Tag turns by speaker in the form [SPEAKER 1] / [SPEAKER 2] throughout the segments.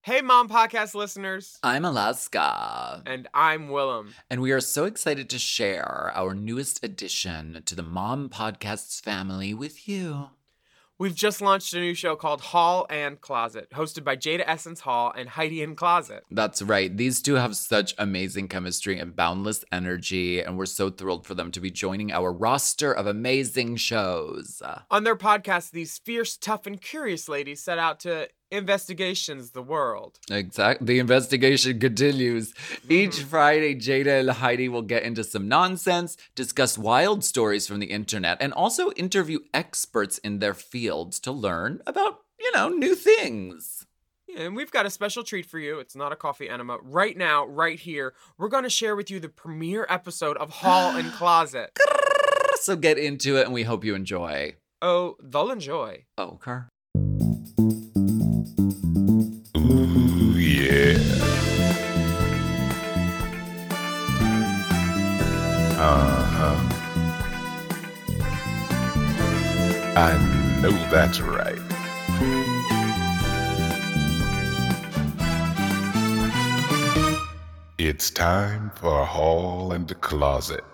[SPEAKER 1] Hey, Mom Podcast listeners.
[SPEAKER 2] I'm Alaska,
[SPEAKER 1] And I'm Willem.
[SPEAKER 2] and we are so excited to share our newest addition to the Mom Podcast's family with you.
[SPEAKER 1] We've just launched a new show called Hall and Closet, hosted by Jada Essence Hall and Heidi in Closet.
[SPEAKER 2] That's right, these two have such amazing chemistry and boundless energy, and we're so thrilled for them to be joining our roster of amazing shows.
[SPEAKER 1] On their podcast, these fierce, tough, and curious ladies set out to investigations the world.
[SPEAKER 2] Exactly. The investigation continues. Each
[SPEAKER 1] Hmm.
[SPEAKER 2] Friday, Jada and Heidi will get into some nonsense, discuss wild stories from the internet, and also interview experts in their fields to learn about, you know, new things.
[SPEAKER 1] And we've got a special treat for you. It's not a coffee enema. Right now, right here, we're going to share with you the premiere episode of Hall and Closet.
[SPEAKER 2] So get into it, and we hope you enjoy.
[SPEAKER 1] Oh, they'll enjoy.
[SPEAKER 2] Oh, car.
[SPEAKER 3] Ooh, yeah. Uh huh. I know that's right. It's time for Hall and the Closet.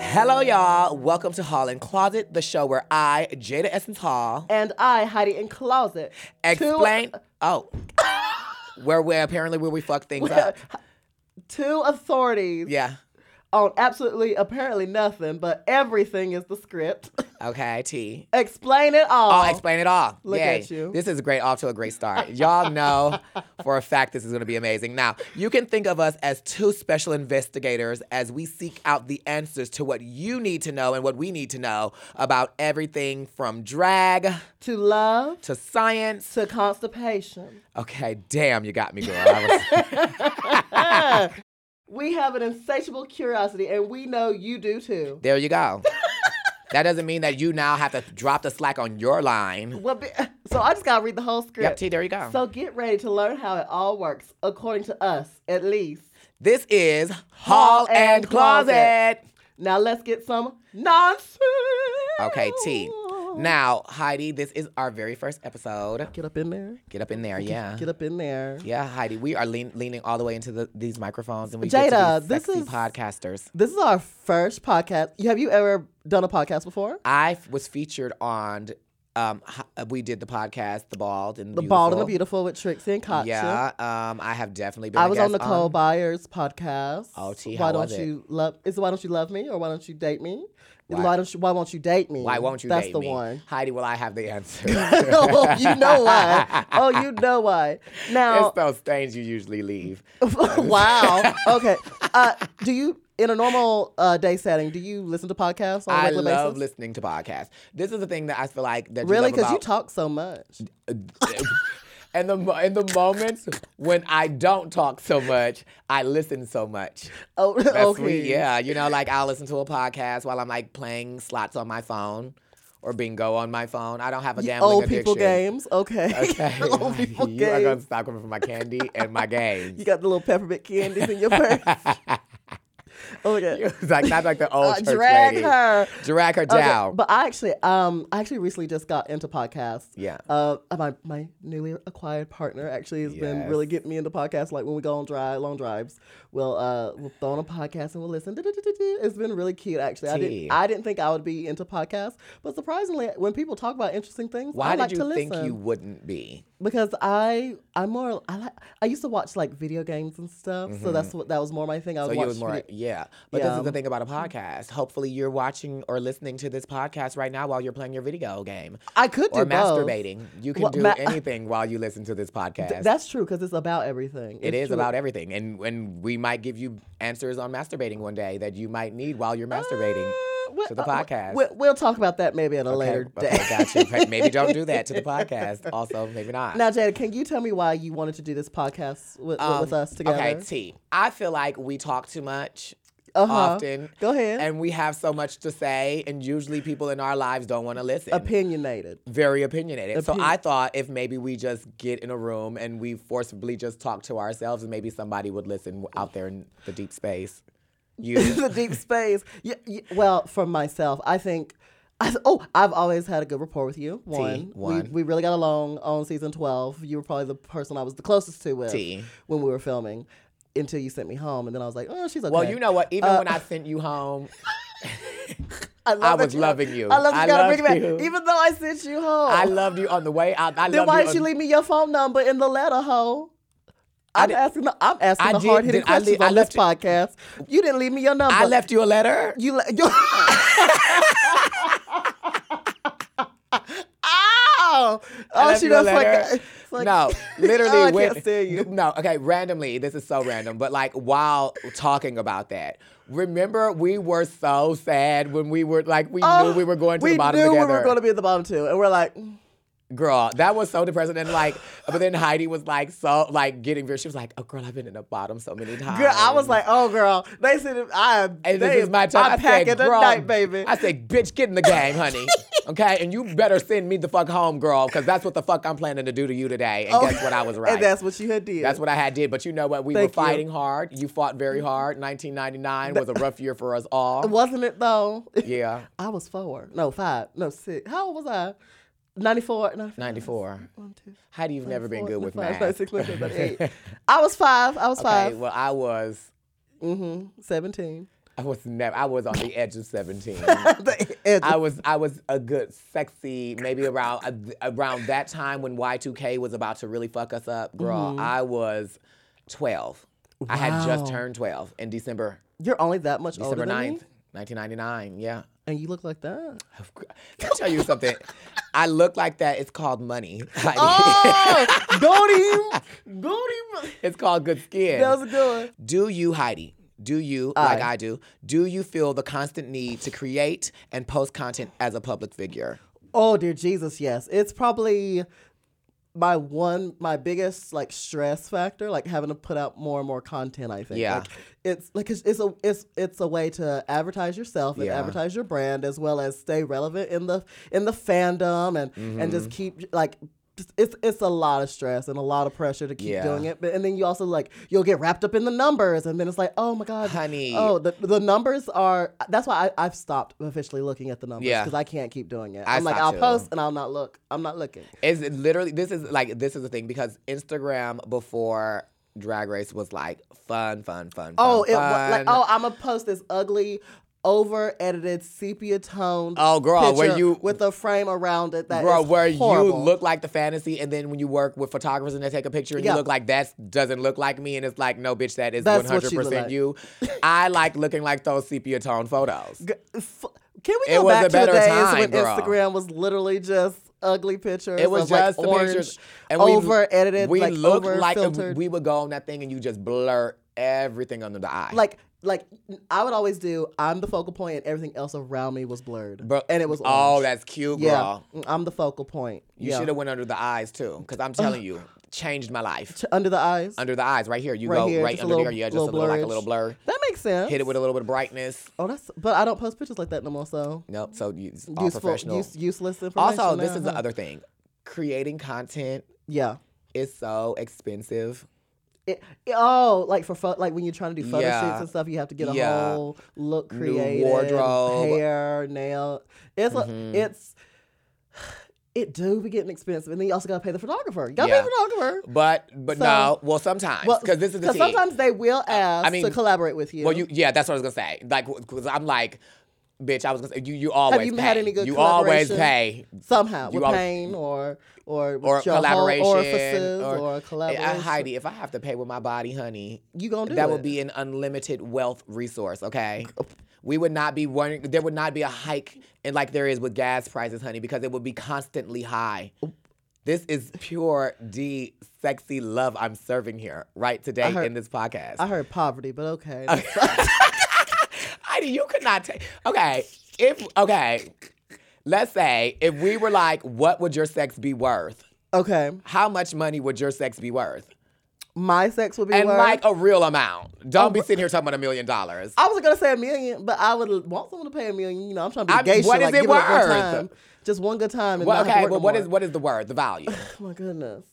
[SPEAKER 4] Hello, y'all. Welcome to Hall and Closet, the show where I, Jada Essence Hall,
[SPEAKER 5] and I hide it in closet.
[SPEAKER 4] explain. oh, where we apparently where we fuck things up.
[SPEAKER 5] Two authorities
[SPEAKER 4] Yeah.
[SPEAKER 5] on absolutely apparently nothing, but everything is the script.
[SPEAKER 4] Okay. T.
[SPEAKER 5] explain it all.
[SPEAKER 4] Oh, explain it all.
[SPEAKER 5] Look
[SPEAKER 4] Yay.
[SPEAKER 5] at you.
[SPEAKER 4] This is a great off to a great start. Y'all know for a fact this is going to be amazing. Now, you can think of us as two special investigators as we seek out the answers to what you need to know and what we need to know about everything from drag
[SPEAKER 5] to love
[SPEAKER 4] to science.
[SPEAKER 5] to constipation.
[SPEAKER 4] Okay, damn, you got me, girl. I was- Ah.
[SPEAKER 5] Ah. we have an insatiable curiosity, and we know you do too.
[SPEAKER 4] There you go. that doesn't mean that you now have to drop the slack on your line.
[SPEAKER 5] Well, be- so I just gotta read the whole
[SPEAKER 4] Yep,
[SPEAKER 5] script.
[SPEAKER 4] T, there you go.
[SPEAKER 5] so get ready to learn how it all works, according to us, at least.
[SPEAKER 4] this is Hall and
[SPEAKER 5] and
[SPEAKER 4] Closet.
[SPEAKER 5] Closet. Now let's get some nonsense.
[SPEAKER 4] Okay, T. Now, Heidi, this is our very first episode.
[SPEAKER 5] get up in there.
[SPEAKER 4] Get up in there, yeah.
[SPEAKER 5] Get up in there.
[SPEAKER 4] Yeah, Heidi, we are lean, leaning all the way into the, these microphones and we get to
[SPEAKER 5] Jada,
[SPEAKER 4] be
[SPEAKER 5] this
[SPEAKER 4] sexy
[SPEAKER 5] is-
[SPEAKER 4] podcasters.
[SPEAKER 5] This is our first podcast. Have you ever done a podcast before?
[SPEAKER 4] I f- was featured on, um, h- we did the podcast, The Bald and
[SPEAKER 5] The Bald and the Beautiful with Trixie and Katya.
[SPEAKER 4] Yeah, um, I have definitely been.
[SPEAKER 5] I
[SPEAKER 4] a
[SPEAKER 5] was on
[SPEAKER 4] guest
[SPEAKER 5] Nicole Byers' podcast.
[SPEAKER 4] Oh, T,
[SPEAKER 5] why
[SPEAKER 4] how
[SPEAKER 5] don't
[SPEAKER 4] was it?
[SPEAKER 5] you love? Is why don't you love me or why don't you date me?
[SPEAKER 4] Why-
[SPEAKER 5] Why, don't you? Why won't you date me?
[SPEAKER 4] Why won't you
[SPEAKER 5] Mm-hmm. That's
[SPEAKER 4] date
[SPEAKER 5] the
[SPEAKER 4] me?
[SPEAKER 5] one.
[SPEAKER 4] Heidi, well, I have the answer.
[SPEAKER 5] oh, you know why? Oh, you know why? Now,
[SPEAKER 4] It's those things you usually leave.
[SPEAKER 5] wow. Okay. Uh, do you in a normal uh, day setting? Do you listen to podcasts on a
[SPEAKER 4] I
[SPEAKER 5] regular
[SPEAKER 4] love
[SPEAKER 5] basis?
[SPEAKER 4] listening to podcasts. This is the thing that I feel like that
[SPEAKER 5] really,
[SPEAKER 4] because
[SPEAKER 5] because you talk so much.
[SPEAKER 4] and the mo- and the moments when I don't talk so much, I listen so much.
[SPEAKER 5] Oh,
[SPEAKER 4] That's
[SPEAKER 5] okay.
[SPEAKER 4] sweet. Yeah, you know, like I'll listen to a podcast while I'm like playing slots on my phone or bingo on my phone. I don't have a gambling
[SPEAKER 5] Old
[SPEAKER 4] addiction.
[SPEAKER 5] people games. Okay.
[SPEAKER 4] Okay,
[SPEAKER 5] Old people
[SPEAKER 4] you are
[SPEAKER 5] games.
[SPEAKER 4] gonna stop coming for my candy and my games.
[SPEAKER 5] You got the little peppermint candies in your purse. oh yeah.
[SPEAKER 4] It's like not like the old
[SPEAKER 5] Uh,
[SPEAKER 4] church
[SPEAKER 5] drag
[SPEAKER 4] lady.
[SPEAKER 5] her.
[SPEAKER 4] drag her
[SPEAKER 5] Okay,
[SPEAKER 4] down.
[SPEAKER 5] But I actually, um, I actually recently just got into podcasts.
[SPEAKER 4] Yeah.
[SPEAKER 5] Uh, my my newly acquired partner actually has been really
[SPEAKER 4] Yes.
[SPEAKER 5] getting me into podcasts. Like when we go on drive long drives, we'll uh we'll throw on a podcast and we'll listen. Du-du-du-du-du. It's been really cute actually. I
[SPEAKER 4] Tea.
[SPEAKER 5] didn't I didn't think I would be into podcasts, but surprisingly, when people talk about interesting things,
[SPEAKER 4] Why
[SPEAKER 5] I
[SPEAKER 4] did
[SPEAKER 5] like
[SPEAKER 4] you
[SPEAKER 5] to listen.
[SPEAKER 4] think you wouldn't be?
[SPEAKER 5] because I I'm more I like I used to watch like video games and stuff, so that's what that was more my thing. I
[SPEAKER 4] Mm-hmm. So
[SPEAKER 5] would
[SPEAKER 4] you
[SPEAKER 5] watch
[SPEAKER 4] was more,
[SPEAKER 5] video-
[SPEAKER 4] yeah. But this is the
[SPEAKER 5] Yeah.
[SPEAKER 4] thing about a podcast. Hopefully, you're watching or listening to this podcast right now while you're playing your video game
[SPEAKER 5] I could do
[SPEAKER 4] or
[SPEAKER 5] both.
[SPEAKER 4] masturbating. You can
[SPEAKER 5] Well,
[SPEAKER 4] do
[SPEAKER 5] ma-
[SPEAKER 4] anything while you listen to this podcast.
[SPEAKER 5] Th- That's true because it's about everything.
[SPEAKER 4] it
[SPEAKER 5] It's
[SPEAKER 4] is
[SPEAKER 5] true.
[SPEAKER 4] about everything, and and we might give you answers on masturbating one day that you might need while you're masturbating
[SPEAKER 5] Uh, we-
[SPEAKER 4] to the
[SPEAKER 5] uh, we-
[SPEAKER 4] podcast.
[SPEAKER 5] We'll, we'll talk about that maybe at a
[SPEAKER 4] Okay,
[SPEAKER 5] later
[SPEAKER 4] okay,
[SPEAKER 5] day.
[SPEAKER 4] got you. Hey, Maybe don't do that to the podcast. Also, maybe not.
[SPEAKER 5] Now, Jada, can you tell me why you wanted to do this podcast with,
[SPEAKER 4] Um,
[SPEAKER 5] with us together?
[SPEAKER 4] Okay, T. I feel like we talk too much
[SPEAKER 5] Uh-huh.
[SPEAKER 4] often.
[SPEAKER 5] Go ahead.
[SPEAKER 4] And we have so much to say, and usually people in our lives don't want to listen.
[SPEAKER 5] Opinionated.
[SPEAKER 4] Very opinionated. so
[SPEAKER 5] Opin-
[SPEAKER 4] I thought if maybe we just get in a room and we forcibly just talk to ourselves, and maybe somebody would listen out there in the deep space. You.
[SPEAKER 5] the deep space. Y y well, for myself, I think I, oh, I've always had a good rapport with you. One,
[SPEAKER 4] one.
[SPEAKER 5] We, we really got along on season twelve. You were probably the person I was the closest to with
[SPEAKER 4] T.
[SPEAKER 5] when we were filming, until you sent me home, and then I was like, oh, she's okay. Uh, oh.
[SPEAKER 4] Well, you know what? Even when I sent you home,
[SPEAKER 5] I,
[SPEAKER 4] I
[SPEAKER 5] love that
[SPEAKER 4] was loving you.
[SPEAKER 5] I love that
[SPEAKER 4] I
[SPEAKER 5] you. Gotta
[SPEAKER 4] loved
[SPEAKER 5] bring it
[SPEAKER 4] you.
[SPEAKER 5] back, even though I sent you home.
[SPEAKER 4] I loved you on the way out. I
[SPEAKER 5] Then
[SPEAKER 4] loved
[SPEAKER 5] why
[SPEAKER 4] you
[SPEAKER 5] did you
[SPEAKER 4] on-
[SPEAKER 5] leave me your phone number in the letter, ho? I'm
[SPEAKER 4] did-
[SPEAKER 5] asking. The, I'm asking
[SPEAKER 4] I
[SPEAKER 5] the
[SPEAKER 4] did-
[SPEAKER 5] hard hitting
[SPEAKER 4] did I
[SPEAKER 5] questions
[SPEAKER 4] leave- I
[SPEAKER 5] on this
[SPEAKER 4] left you-
[SPEAKER 5] podcast. You didn't leave me your number.
[SPEAKER 4] I left you a letter.
[SPEAKER 5] you. Le- you Ow! Oh,
[SPEAKER 4] left
[SPEAKER 5] she
[SPEAKER 4] you a
[SPEAKER 5] does like,
[SPEAKER 4] letter.
[SPEAKER 5] it's like
[SPEAKER 4] no, literally.
[SPEAKER 5] oh, I
[SPEAKER 4] when-
[SPEAKER 5] can't stand you.
[SPEAKER 4] No, okay. Randomly, this is so random, but like while talking about that, remember we were so sad when we were like we
[SPEAKER 5] Oh,
[SPEAKER 4] knew we were going to
[SPEAKER 5] we
[SPEAKER 4] the bottom
[SPEAKER 5] knew
[SPEAKER 4] together.
[SPEAKER 5] we were going to be at the bottom too, and we're like, mm,
[SPEAKER 4] Girl, that was so depressing. And like, but then Heidi was like so like getting very. She was like, "Oh, girl, I've been in the bottom so many times."
[SPEAKER 5] girl, I was like, oh, girl, they said I am.
[SPEAKER 4] Um, And
[SPEAKER 5] they
[SPEAKER 4] this is my time.
[SPEAKER 5] I'm
[SPEAKER 4] I
[SPEAKER 5] packing
[SPEAKER 4] said,
[SPEAKER 5] the
[SPEAKER 4] girl,
[SPEAKER 5] night, baby.
[SPEAKER 4] I said, bitch, get in the game, honey. okay? And you better send me the fuck home, girl, because that's what the fuck I'm planning to do to you today. And guess what? I was right.
[SPEAKER 5] Oh, And that's what you had did.
[SPEAKER 4] That's what I had did. But you know what? We
[SPEAKER 5] Thank
[SPEAKER 4] were
[SPEAKER 5] you.
[SPEAKER 4] fighting hard. You fought very hard. 1999 was a rough year for us all.
[SPEAKER 5] Wasn't it though?
[SPEAKER 4] Yeah.
[SPEAKER 5] I was four. No, five. No, six. How old was I? 94. 95.
[SPEAKER 4] 94.
[SPEAKER 5] One, two,
[SPEAKER 4] Heidi, you've never been
[SPEAKER 5] four,
[SPEAKER 4] good with
[SPEAKER 5] five,
[SPEAKER 4] math.
[SPEAKER 5] five, six, seven, eight. I was five. I was
[SPEAKER 4] Okay,
[SPEAKER 5] five.
[SPEAKER 4] well, I was,
[SPEAKER 5] mm-hmm. 17.
[SPEAKER 4] I was never, I was on the edge of 17.
[SPEAKER 5] The edge.
[SPEAKER 4] I was I was a good sexy maybe around uh, around that time when Y2K was about to really fuck us up, girl. I was 12. I had just
[SPEAKER 5] Mm-hmm. Wow.
[SPEAKER 4] turned 12 in December
[SPEAKER 5] You're only that much
[SPEAKER 4] December
[SPEAKER 5] older than me,
[SPEAKER 4] 9th, 1999. Yeah.
[SPEAKER 5] and you look like that.
[SPEAKER 4] I'll tell you something. I look like that. It's called money. Like,
[SPEAKER 5] Oh, go to him. Go to him.
[SPEAKER 4] it's called good skin.
[SPEAKER 5] That was a good one.
[SPEAKER 4] Do you, Heidi? Do you, like I do, do you feel the constant need to create and post content as a public figure?
[SPEAKER 5] Oh dear Jesus, yes. It's probably my one my biggest like stress factor, like having to put out more and more content, I think.
[SPEAKER 4] Yeah.
[SPEAKER 5] Like, it's like it's, it's a it's it's a way to advertise yourself and
[SPEAKER 4] Yeah.
[SPEAKER 5] advertise your brand as well as stay relevant in the in the fandom and and
[SPEAKER 4] Mm-hmm.
[SPEAKER 5] just keep like just- it's it's a lot of stress and a lot of pressure to keep
[SPEAKER 4] Yeah.
[SPEAKER 5] doing it, but and then you also like you'll get wrapped up in the numbers, and then it's like, oh my god,
[SPEAKER 4] Honey.
[SPEAKER 5] oh the, the numbers are. That's why I, I've stopped officially looking at the numbers
[SPEAKER 4] Yeah.
[SPEAKER 5] because I can't keep doing it.
[SPEAKER 4] I
[SPEAKER 5] I'm like,
[SPEAKER 4] stopped
[SPEAKER 5] I'll
[SPEAKER 4] too.
[SPEAKER 5] post and I'll not look. I'm not looking.
[SPEAKER 4] Is it literally this is like this is the thing because Instagram before Drag Race was like fun, fun, fun.
[SPEAKER 5] Oh,
[SPEAKER 4] fun,
[SPEAKER 5] it wa- like
[SPEAKER 4] fun.
[SPEAKER 5] oh, I'm gonna post this ugly, over edited, sepia toned.
[SPEAKER 4] Oh, girl, where you-
[SPEAKER 5] with a frame around it that
[SPEAKER 4] Girl,
[SPEAKER 5] is
[SPEAKER 4] where
[SPEAKER 5] horrible.
[SPEAKER 4] you look like the fantasy, and then when you work with photographers and they take a picture and
[SPEAKER 5] Yeah.
[SPEAKER 4] you look like that doesn't look like me, and it's like, no, bitch, that is one
[SPEAKER 5] That's what
[SPEAKER 4] hundred
[SPEAKER 5] she look
[SPEAKER 4] percent you. I like looking like those sepia tone photos.
[SPEAKER 5] G- f- Can we
[SPEAKER 4] It
[SPEAKER 5] go
[SPEAKER 4] was a
[SPEAKER 5] back to the
[SPEAKER 4] better
[SPEAKER 5] days
[SPEAKER 4] time,
[SPEAKER 5] when
[SPEAKER 4] girl.
[SPEAKER 5] Instagram was literally just ugly pictures?
[SPEAKER 4] It was
[SPEAKER 5] of,
[SPEAKER 4] just
[SPEAKER 5] like,
[SPEAKER 4] the
[SPEAKER 5] orange,
[SPEAKER 4] pictures,
[SPEAKER 5] over edited.
[SPEAKER 4] We
[SPEAKER 5] like,
[SPEAKER 4] looked
[SPEAKER 5] over
[SPEAKER 4] like
[SPEAKER 5] filtered.
[SPEAKER 4] we would go on that thing, and you just blur everything under the eye.
[SPEAKER 5] like like I would always do. I'm the focal point, and everything else around me was blurred.
[SPEAKER 4] Bro,
[SPEAKER 5] and it was
[SPEAKER 4] oh,
[SPEAKER 5] orange.
[SPEAKER 4] that's cute,
[SPEAKER 5] yeah.
[SPEAKER 4] girl.
[SPEAKER 5] mm, I'm the focal point.
[SPEAKER 4] You
[SPEAKER 5] yeah.
[SPEAKER 4] should have went under the eyes too, because I'm telling you, changed my life.
[SPEAKER 5] Ch- under the eyes.
[SPEAKER 4] Under the eyes, right here. You
[SPEAKER 5] Right
[SPEAKER 4] go
[SPEAKER 5] here,
[SPEAKER 4] right
[SPEAKER 5] just a
[SPEAKER 4] under
[SPEAKER 5] little-
[SPEAKER 4] there. Yeah, just
[SPEAKER 5] little
[SPEAKER 4] a little, like a
[SPEAKER 5] blurage.
[SPEAKER 4] little blur.
[SPEAKER 5] that makes sense.
[SPEAKER 4] Hit it with a little bit of brightness.
[SPEAKER 5] Oh, that's. But I don't post pictures like that no more. So
[SPEAKER 4] Nope. So you, it's all
[SPEAKER 5] useful,
[SPEAKER 4] professional.
[SPEAKER 5] use, useless information.
[SPEAKER 4] also, this
[SPEAKER 5] now,
[SPEAKER 4] is the
[SPEAKER 5] huh?
[SPEAKER 4] other thing. Creating content
[SPEAKER 5] Yeah.
[SPEAKER 4] is so expensive.
[SPEAKER 5] It, it- oh, like for pho- like when you're trying to do photo
[SPEAKER 4] Yeah.
[SPEAKER 5] shoots and stuff, you have to get a
[SPEAKER 4] Yeah.
[SPEAKER 5] whole look
[SPEAKER 4] New
[SPEAKER 5] created,
[SPEAKER 4] wardrobe. Mm-hmm.
[SPEAKER 5] hair, nail. It's a, it's it do be getting expensive, and then you also gotta pay the photographer. You gotta
[SPEAKER 4] Yeah.
[SPEAKER 5] pay the photographer.
[SPEAKER 4] But but
[SPEAKER 5] So-
[SPEAKER 4] no, well sometimes because this is the
[SPEAKER 5] 'cause
[SPEAKER 4] thing.
[SPEAKER 5] sometimes they will ask
[SPEAKER 4] mean,
[SPEAKER 5] to collaborate with you.
[SPEAKER 4] Well, you yeah, that's what I was gonna say. Like, because I'm like, bitch, I was gonna say you you always
[SPEAKER 5] you
[SPEAKER 4] pay.
[SPEAKER 5] had any good
[SPEAKER 4] you always
[SPEAKER 5] collaboration?
[SPEAKER 4] pay
[SPEAKER 5] somehow
[SPEAKER 4] you
[SPEAKER 5] with
[SPEAKER 4] always-
[SPEAKER 5] pain or or with
[SPEAKER 4] or
[SPEAKER 5] your whole
[SPEAKER 4] collaboration
[SPEAKER 5] orifices or, collaboration.
[SPEAKER 4] Uh, Heidi, if I have to pay with my body, honey,
[SPEAKER 5] you gonna do
[SPEAKER 4] that
[SPEAKER 5] it.
[SPEAKER 4] would be an unlimited wealth resource, okay? We would not be one. There would not be a hike, and like there is with gas prices, honey, because it would be constantly high.
[SPEAKER 5] Oh.
[SPEAKER 4] This is pure D sexy love I'm serving here right today
[SPEAKER 5] heard-
[SPEAKER 4] in this podcast.
[SPEAKER 5] I heard poverty, but okay.
[SPEAKER 4] Heidi, you could not take. Okay, if okay, let's say if we were like, what would your sex be worth?
[SPEAKER 5] okay,
[SPEAKER 4] How much money would your sex be worth?
[SPEAKER 5] my sex would be
[SPEAKER 4] and
[SPEAKER 5] worth.
[SPEAKER 4] like a real amount. Don't be sitting here talking about a million dollars.
[SPEAKER 5] I was gonna say a million, but I would want someone to pay a million. You know, I'm trying to be
[SPEAKER 4] I-
[SPEAKER 5] gay.
[SPEAKER 4] what
[SPEAKER 5] shit,
[SPEAKER 4] is
[SPEAKER 5] like,
[SPEAKER 4] it
[SPEAKER 5] give up one
[SPEAKER 4] worth?
[SPEAKER 5] time. Just one good time. And
[SPEAKER 4] Well,
[SPEAKER 5] not have to
[SPEAKER 4] okay,
[SPEAKER 5] work
[SPEAKER 4] but
[SPEAKER 5] no
[SPEAKER 4] what
[SPEAKER 5] more.
[SPEAKER 4] is what is the word? The value?
[SPEAKER 5] Oh my goodness,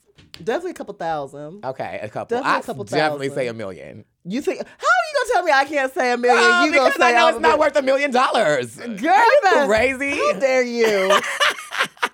[SPEAKER 5] definitely a couple thousand.
[SPEAKER 4] Okay, a couple.
[SPEAKER 5] Definitely a
[SPEAKER 4] I
[SPEAKER 5] couple
[SPEAKER 4] definitely
[SPEAKER 5] thousand.
[SPEAKER 4] say a million.
[SPEAKER 5] You think how are you don't tell me I can't say a million.
[SPEAKER 4] Oh,
[SPEAKER 5] you gonna
[SPEAKER 4] because
[SPEAKER 5] say
[SPEAKER 4] I know
[SPEAKER 5] all
[SPEAKER 4] it's
[SPEAKER 5] the
[SPEAKER 4] not
[SPEAKER 5] mil-
[SPEAKER 4] worth a million dollars.
[SPEAKER 5] Girl, you better-
[SPEAKER 4] Crazy.
[SPEAKER 5] How dare you?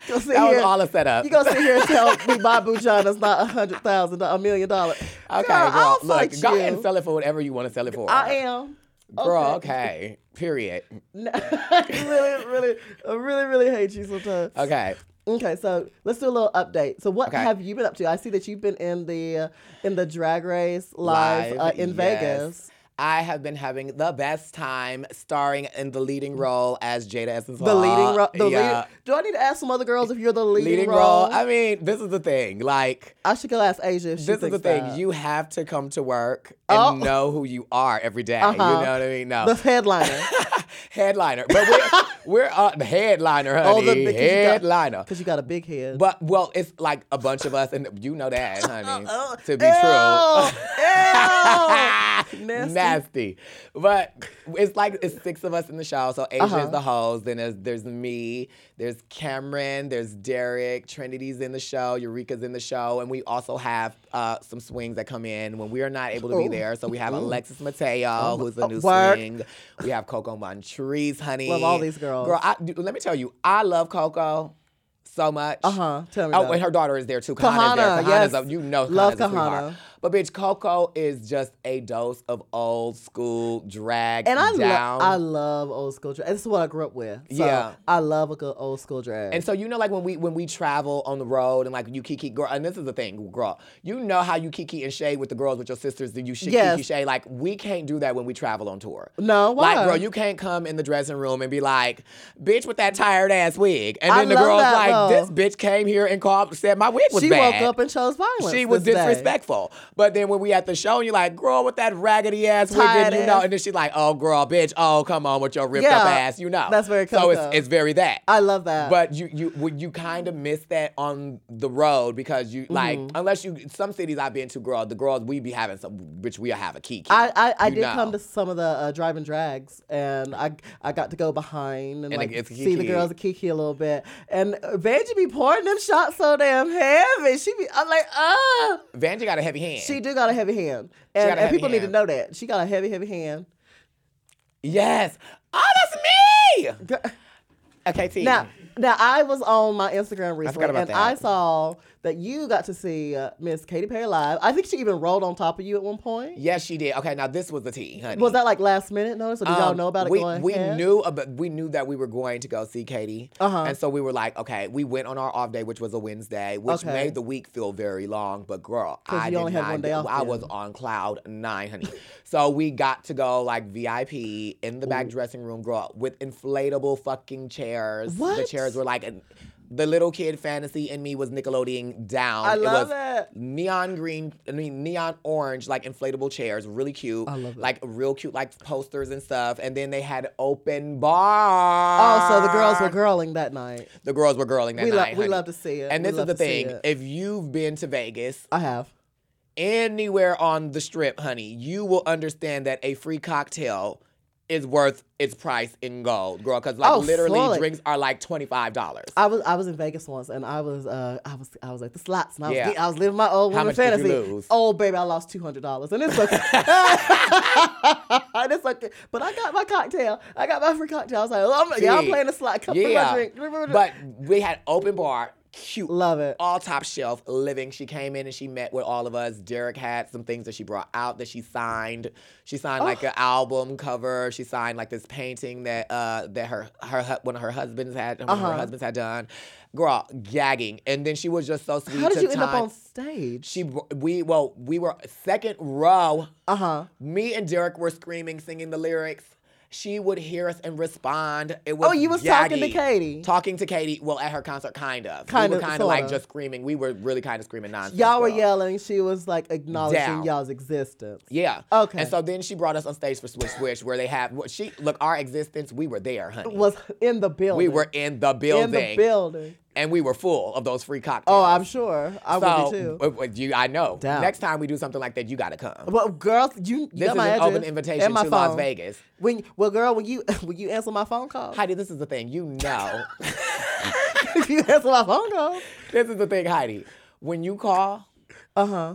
[SPEAKER 5] Go sit
[SPEAKER 4] That was
[SPEAKER 5] here-
[SPEAKER 4] all a setup.
[SPEAKER 5] You gonna sit here and tell me my Bujan is not a hundred thousand, a million dollars?
[SPEAKER 4] Okay,
[SPEAKER 5] girl,
[SPEAKER 4] girl.
[SPEAKER 5] I'll
[SPEAKER 4] look,
[SPEAKER 5] fight
[SPEAKER 4] go
[SPEAKER 5] you.
[SPEAKER 4] ahead and sell it for whatever you want to sell it for.
[SPEAKER 5] I am.
[SPEAKER 4] Girl, okay. Period.
[SPEAKER 5] No, I really, really, I really, really hate you sometimes.
[SPEAKER 4] Okay.
[SPEAKER 5] Okay, so let's do a little update. So, what
[SPEAKER 4] Okay.
[SPEAKER 5] have you been up to? I see that you've been in the uh, in the drag race live, uh, in
[SPEAKER 4] yes.
[SPEAKER 5] Vegas.
[SPEAKER 4] I have been having the best time starring in the leading role as Jada Essence
[SPEAKER 5] The leading role. The
[SPEAKER 4] Yeah.
[SPEAKER 5] leading. Do I need to ask some other girls if you're the leading,
[SPEAKER 4] leading,
[SPEAKER 5] role?
[SPEAKER 4] role. I mean, this is the thing. Like,
[SPEAKER 5] I should go ask Asia. If she
[SPEAKER 4] this is the
[SPEAKER 5] thinks
[SPEAKER 4] thing.
[SPEAKER 5] that.
[SPEAKER 4] You have to come to work
[SPEAKER 5] Oh.
[SPEAKER 4] and know who you are every day. You
[SPEAKER 5] Uh-huh.
[SPEAKER 4] know what I mean? No.
[SPEAKER 5] the headliner.
[SPEAKER 4] headliner. But we're, we're uh, the headliner, honey.
[SPEAKER 5] Oh, the because you got-
[SPEAKER 4] headliner.
[SPEAKER 5] Because you got a big head.
[SPEAKER 4] But well, it's like a bunch of us, and you know that, honey.
[SPEAKER 5] Uh,
[SPEAKER 4] to be
[SPEAKER 5] Ew.
[SPEAKER 4] true.
[SPEAKER 5] Ew. Nasty.
[SPEAKER 4] Nasty. But it's like it's six of us in the show. So Asia
[SPEAKER 5] Uh-huh.
[SPEAKER 4] is the host. Then there's, there's me, there's Cameron, there's Derek, Trinity's in the show, Eureka's in the show, and we also have uh, some swings that come in when we are not able to be there. So we have Alexis Mateo, who's a new
[SPEAKER 5] Oh, work.
[SPEAKER 4] swing. We have Coco Montrese, honey.
[SPEAKER 5] Love all these girls.
[SPEAKER 4] Girl, I, dude, let me tell you, I love Coco so much.
[SPEAKER 5] Uh huh. Tell me.
[SPEAKER 4] Oh,
[SPEAKER 5] about
[SPEAKER 4] and
[SPEAKER 5] it.
[SPEAKER 4] her daughter is there too. Kahana's there.
[SPEAKER 5] Kahana,
[SPEAKER 4] Kahana's
[SPEAKER 5] yes.
[SPEAKER 4] a, you know Kahana's
[SPEAKER 5] Love
[SPEAKER 4] a sweetheart.
[SPEAKER 5] Kahana.
[SPEAKER 4] But bitch, Coco is just a dose of old school drag
[SPEAKER 5] And I, lo-
[SPEAKER 4] down.
[SPEAKER 5] I love old school drag. This is what I grew up with. So
[SPEAKER 4] Yeah.
[SPEAKER 5] I love a good old school drag.
[SPEAKER 4] and so you know, like when we when we travel on the road and like you kiki girl, and this is the thing, girl. You know how you kiki and shay with the girls with your sisters. That you should
[SPEAKER 5] Yes.
[SPEAKER 4] kiki shay. Like we can't do that when we travel on tour.
[SPEAKER 5] No, why?
[SPEAKER 4] Like girl, you can't come in the dressing room and be like, bitch with that tired ass wig. And
[SPEAKER 5] I
[SPEAKER 4] then the
[SPEAKER 5] love
[SPEAKER 4] girls
[SPEAKER 5] that,
[SPEAKER 4] like,
[SPEAKER 5] though.
[SPEAKER 4] this bitch came here and called said my wig was
[SPEAKER 5] she
[SPEAKER 4] bad.
[SPEAKER 5] woke up and chose violence.
[SPEAKER 4] She was
[SPEAKER 5] this day.
[SPEAKER 4] disrespectful. But then when we at the show, and you're like, girl, with that raggedy ass wig, and
[SPEAKER 5] Tired
[SPEAKER 4] you know,
[SPEAKER 5] ass.
[SPEAKER 4] and then she's like, oh, girl, bitch, oh, come on with your ripped
[SPEAKER 5] Yeah,
[SPEAKER 4] up ass, you know.
[SPEAKER 5] that's very
[SPEAKER 4] So it's,
[SPEAKER 5] Coco.
[SPEAKER 4] it's very that.
[SPEAKER 5] I love that.
[SPEAKER 4] But you you would- you kind of miss that on the road because you like
[SPEAKER 5] Mm-hmm.
[SPEAKER 4] unless you some cities I've been to, girl, the girls we be having some bitch we have a kiki.
[SPEAKER 5] I, I, I
[SPEAKER 4] you
[SPEAKER 5] did
[SPEAKER 4] know.
[SPEAKER 5] come to some of the uh, drive and drags, and I I got to go behind and,
[SPEAKER 4] And
[SPEAKER 5] like
[SPEAKER 4] it's a
[SPEAKER 5] see the
[SPEAKER 4] kiki.
[SPEAKER 5] girls a kiki a little bit. And uh, Vanjie be pouring them shots so damn heavy. She be I'm like, ah.
[SPEAKER 4] Vanjie got a heavy hand.
[SPEAKER 5] She do got a heavy hand,
[SPEAKER 4] got
[SPEAKER 5] and,
[SPEAKER 4] a
[SPEAKER 5] and
[SPEAKER 4] heavy
[SPEAKER 5] people need to
[SPEAKER 4] hand.
[SPEAKER 5] know that she got a heavy, heavy hand.
[SPEAKER 4] yes. Oh, that's me. Okay, T.
[SPEAKER 5] Now, now I was on my Instagram recently,
[SPEAKER 4] about
[SPEAKER 5] and
[SPEAKER 4] that.
[SPEAKER 5] I saw that you got to see uh, Miss Katy Perry live. I think she even rolled on top of you at one point.
[SPEAKER 4] Yes, she did. Okay, now this was the T, honey.
[SPEAKER 5] Was that like last minute notice, or did y'all
[SPEAKER 4] Um,
[SPEAKER 5] know about it
[SPEAKER 4] We,
[SPEAKER 5] going
[SPEAKER 4] we
[SPEAKER 5] ahead?
[SPEAKER 4] knew about, we knew that we were going to go see Katie,
[SPEAKER 5] Uh-huh.
[SPEAKER 4] and so we were like, okay, we went on our off day, which was a Wednesday, which
[SPEAKER 5] Okay.
[SPEAKER 4] made the week feel very long. But girl,
[SPEAKER 5] 'Cause
[SPEAKER 4] I
[SPEAKER 5] you
[SPEAKER 4] did
[SPEAKER 5] only had
[SPEAKER 4] not,
[SPEAKER 5] one day off
[SPEAKER 4] I
[SPEAKER 5] then.
[SPEAKER 4] was on cloud nine, honey. so we got to go like VIP in the back dressing room, girl, with inflatable fucking chairs. The
[SPEAKER 5] What?
[SPEAKER 4] chairs were like. the little kid fantasy in me was Nickelodeon down.
[SPEAKER 5] I love
[SPEAKER 4] was
[SPEAKER 5] it.
[SPEAKER 4] Neon green, I mean neon orange, like inflatable chairs, really cute. I
[SPEAKER 5] love it.
[SPEAKER 4] Like real cute, like posters and stuff. And then they had open bar.
[SPEAKER 5] Oh, so the girls were girling that night.
[SPEAKER 4] The girls were girling uh, that
[SPEAKER 5] We lo-
[SPEAKER 4] night.
[SPEAKER 5] we
[SPEAKER 4] honey.
[SPEAKER 5] love to see it.
[SPEAKER 4] And
[SPEAKER 5] We
[SPEAKER 4] this is
[SPEAKER 5] love
[SPEAKER 4] the
[SPEAKER 5] to see
[SPEAKER 4] thing:
[SPEAKER 5] it.
[SPEAKER 4] if you've been to Vegas,
[SPEAKER 5] I have.
[SPEAKER 4] anywhere on the strip, honey, you will understand that a free cocktail is worth its price in gold, girl. Because like
[SPEAKER 5] Oh,
[SPEAKER 4] literally,
[SPEAKER 5] surely.
[SPEAKER 4] drinks are like twenty five dollars.
[SPEAKER 5] I was I was in Vegas once, and I was uh I was I was at the slots, and I was
[SPEAKER 4] Yeah.
[SPEAKER 5] li- I was living my old
[SPEAKER 4] How
[SPEAKER 5] woman
[SPEAKER 4] much did
[SPEAKER 5] fantasy.
[SPEAKER 4] you lose?
[SPEAKER 5] Oh baby, I lost two hundred dollars, and it's okay. and it's okay, but I got my cocktail. I got my free cocktail. I was like, oh, I'm, yeah, I'm
[SPEAKER 4] See?
[SPEAKER 5] playing the slot. Come bring my
[SPEAKER 4] Yeah,
[SPEAKER 5] drink. Bring- bring- bring-
[SPEAKER 4] but we had open bar, cute,
[SPEAKER 5] love it.
[SPEAKER 4] all top shelf living. She came in and she met with all of us. Derek had some things that she brought out that she signed. She signed like
[SPEAKER 5] Oh.
[SPEAKER 4] an album cover. She signed like this painting that uh that her her hu- one of her husbands had one of
[SPEAKER 5] Uh-huh.
[SPEAKER 4] her husbands had done. Girl, gagging, and then she was just so sweet.
[SPEAKER 5] How did
[SPEAKER 4] took
[SPEAKER 5] you end up
[SPEAKER 4] time-
[SPEAKER 5] on stage?
[SPEAKER 4] She br- we well we were second row.
[SPEAKER 5] uh huh.
[SPEAKER 4] Me and Derek were screaming, singing the lyrics. She would hear us and respond. It was
[SPEAKER 5] Oh, you was talking to
[SPEAKER 4] gaggy.
[SPEAKER 5] Katie.
[SPEAKER 4] Talking to Katie. Well, at her concert, kind of.
[SPEAKER 5] Kind
[SPEAKER 4] we
[SPEAKER 5] of,
[SPEAKER 4] were kind of like
[SPEAKER 5] sorta.
[SPEAKER 4] just screaming. We were really kind of screaming nonsense.
[SPEAKER 5] Y'all were
[SPEAKER 4] girl.
[SPEAKER 5] yelling. She was like acknowledging
[SPEAKER 4] Down.
[SPEAKER 5] y'all's existence.
[SPEAKER 4] Yeah.
[SPEAKER 5] Okay.
[SPEAKER 4] And so then she brought us on stage for Swish Swish, where they have well, she look our existence. We were there, honey.
[SPEAKER 5] Was in the building.
[SPEAKER 4] we were in the building,
[SPEAKER 5] in the building.
[SPEAKER 4] and we were full of those free cocktails.
[SPEAKER 5] Oh, I'm sure.
[SPEAKER 4] so,
[SPEAKER 5] I would be too.
[SPEAKER 4] w- w- you, I know.
[SPEAKER 5] Down.
[SPEAKER 4] Next time we do something like that, you gotta come.
[SPEAKER 5] Well, girl, you you
[SPEAKER 4] This
[SPEAKER 5] got
[SPEAKER 4] is
[SPEAKER 5] my
[SPEAKER 4] an
[SPEAKER 5] address
[SPEAKER 4] open invitation
[SPEAKER 5] and my
[SPEAKER 4] to
[SPEAKER 5] phone.
[SPEAKER 4] Las Vegas.
[SPEAKER 5] When well, girl, when you when you answer my phone call,
[SPEAKER 4] Heidi, this is the thing. You know.
[SPEAKER 5] if you answer my phone call,
[SPEAKER 4] this is the thing, Heidi. When you call,
[SPEAKER 5] uh huh,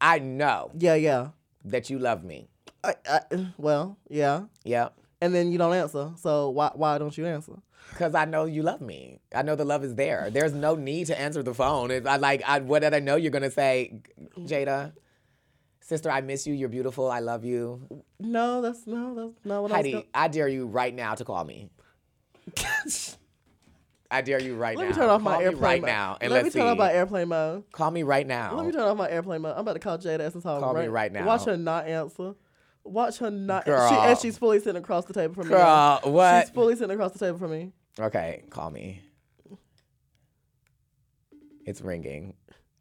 [SPEAKER 4] I know
[SPEAKER 5] yeah, yeah,
[SPEAKER 4] that you love me.
[SPEAKER 5] I, I, well, yeah.
[SPEAKER 4] Yeah.
[SPEAKER 5] And then you don't answer. So why why don't you answer?
[SPEAKER 4] Because I know you love me. I know the love is there. There's no need to answer the phone. It's, I like. I, what did I know? You're gonna say, Jada, sister, I miss you. You're beautiful. I love you.
[SPEAKER 5] No, that's no, that's not what I was.
[SPEAKER 4] Heidi, I dare you right now to call me. I dare you right
[SPEAKER 5] Let
[SPEAKER 4] now.
[SPEAKER 5] me turn off
[SPEAKER 4] call
[SPEAKER 5] my airplane
[SPEAKER 4] me right
[SPEAKER 5] mode.
[SPEAKER 4] now and
[SPEAKER 5] Let me
[SPEAKER 4] let's
[SPEAKER 5] turn off
[SPEAKER 4] see.
[SPEAKER 5] my airplane mode.
[SPEAKER 4] Call me right now.
[SPEAKER 5] Let me Oh, turn off my airplane mode. I'm about to call Jada Essence Hall.
[SPEAKER 4] Oh. Call me right now.
[SPEAKER 5] Watch her not answer. Watch her not. She,
[SPEAKER 4] Girl.
[SPEAKER 5] and she's fully sitting across the table from me.
[SPEAKER 4] Girl,
[SPEAKER 5] y'all.
[SPEAKER 4] what?
[SPEAKER 5] She's fully sitting across the table from me.
[SPEAKER 4] Okay, call me. It's ringing.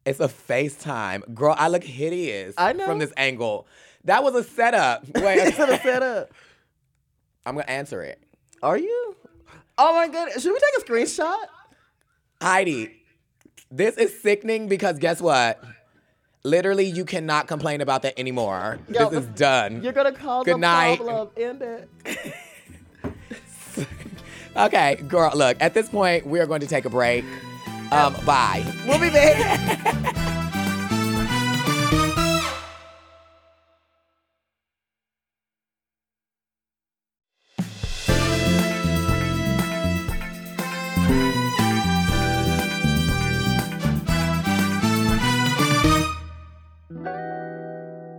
[SPEAKER 4] It's a FaceTime. Girl, I look hideous
[SPEAKER 5] I know.
[SPEAKER 4] from this angle. That was a setup. Wait,
[SPEAKER 5] It's in a setup.
[SPEAKER 4] I'm gonna answer it.
[SPEAKER 5] Are you? Oh my goodness. Should we take a screenshot?
[SPEAKER 4] Heidi, this is sickening because guess what? Literally, you cannot complain about that anymore.
[SPEAKER 5] Yo,
[SPEAKER 4] this is done.
[SPEAKER 5] You're gonna call
[SPEAKER 4] Good
[SPEAKER 5] the
[SPEAKER 4] night.
[SPEAKER 5] problem. End it.
[SPEAKER 4] Okay, girl, look, at this point, we are going to take a break. Um, bye. We'll be back.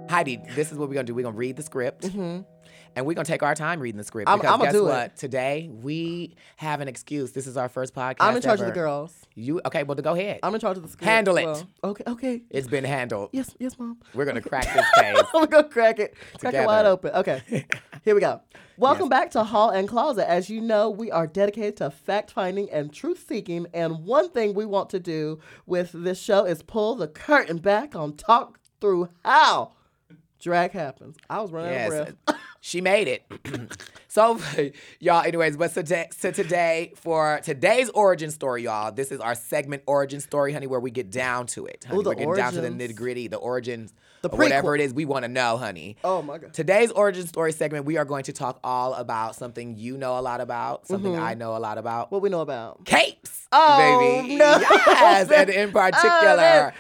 [SPEAKER 4] Heidi, this is what we're gonna do. We're gonna read the script, and we're gonna take our time reading the script
[SPEAKER 5] I'm-
[SPEAKER 4] because
[SPEAKER 5] I'ma
[SPEAKER 4] guess
[SPEAKER 5] do it.
[SPEAKER 4] what? Today we have an excuse. This is our first podcast.
[SPEAKER 5] I'm in charge of
[SPEAKER 4] ever.
[SPEAKER 5] the girls.
[SPEAKER 4] You okay? Well, go ahead.
[SPEAKER 5] I'm in charge of the script.
[SPEAKER 4] Handle it.
[SPEAKER 5] Well, okay. Okay.
[SPEAKER 4] it's been handled.
[SPEAKER 5] Yes. Yes, mom.
[SPEAKER 4] We're gonna crack this case.
[SPEAKER 5] I'm gonna crack it. Crack
[SPEAKER 4] Together.
[SPEAKER 5] it wide open. Okay. Here we go. Welcome back to Hall and Closet. As you know, we are dedicated to fact finding and truth seeking. And one thing we want to do with this show is pull the curtain back on talk through how drag happens. I was running out
[SPEAKER 4] Yes,
[SPEAKER 5] of breath.
[SPEAKER 4] she made it. so, y'all, anyways, but so, today- so today, for today's origin story, y'all, this is our segment origin story, honey, where we get down to it. Honey.
[SPEAKER 5] Ooh, the
[SPEAKER 4] We're getting down to the
[SPEAKER 5] origins.
[SPEAKER 4] nitty gritty, the origins,
[SPEAKER 5] The
[SPEAKER 4] or whatever
[SPEAKER 5] prequel.
[SPEAKER 4] it is we want to know, honey.
[SPEAKER 5] Oh my god.
[SPEAKER 4] Today's origin story segment, we are going to talk all about something you know a lot about, something I
[SPEAKER 5] Mm-hmm.
[SPEAKER 4] know a lot about.
[SPEAKER 5] What we know about.
[SPEAKER 4] capes,
[SPEAKER 5] Oh,
[SPEAKER 4] baby.
[SPEAKER 5] no.
[SPEAKER 4] Yes, and in particular,
[SPEAKER 5] man.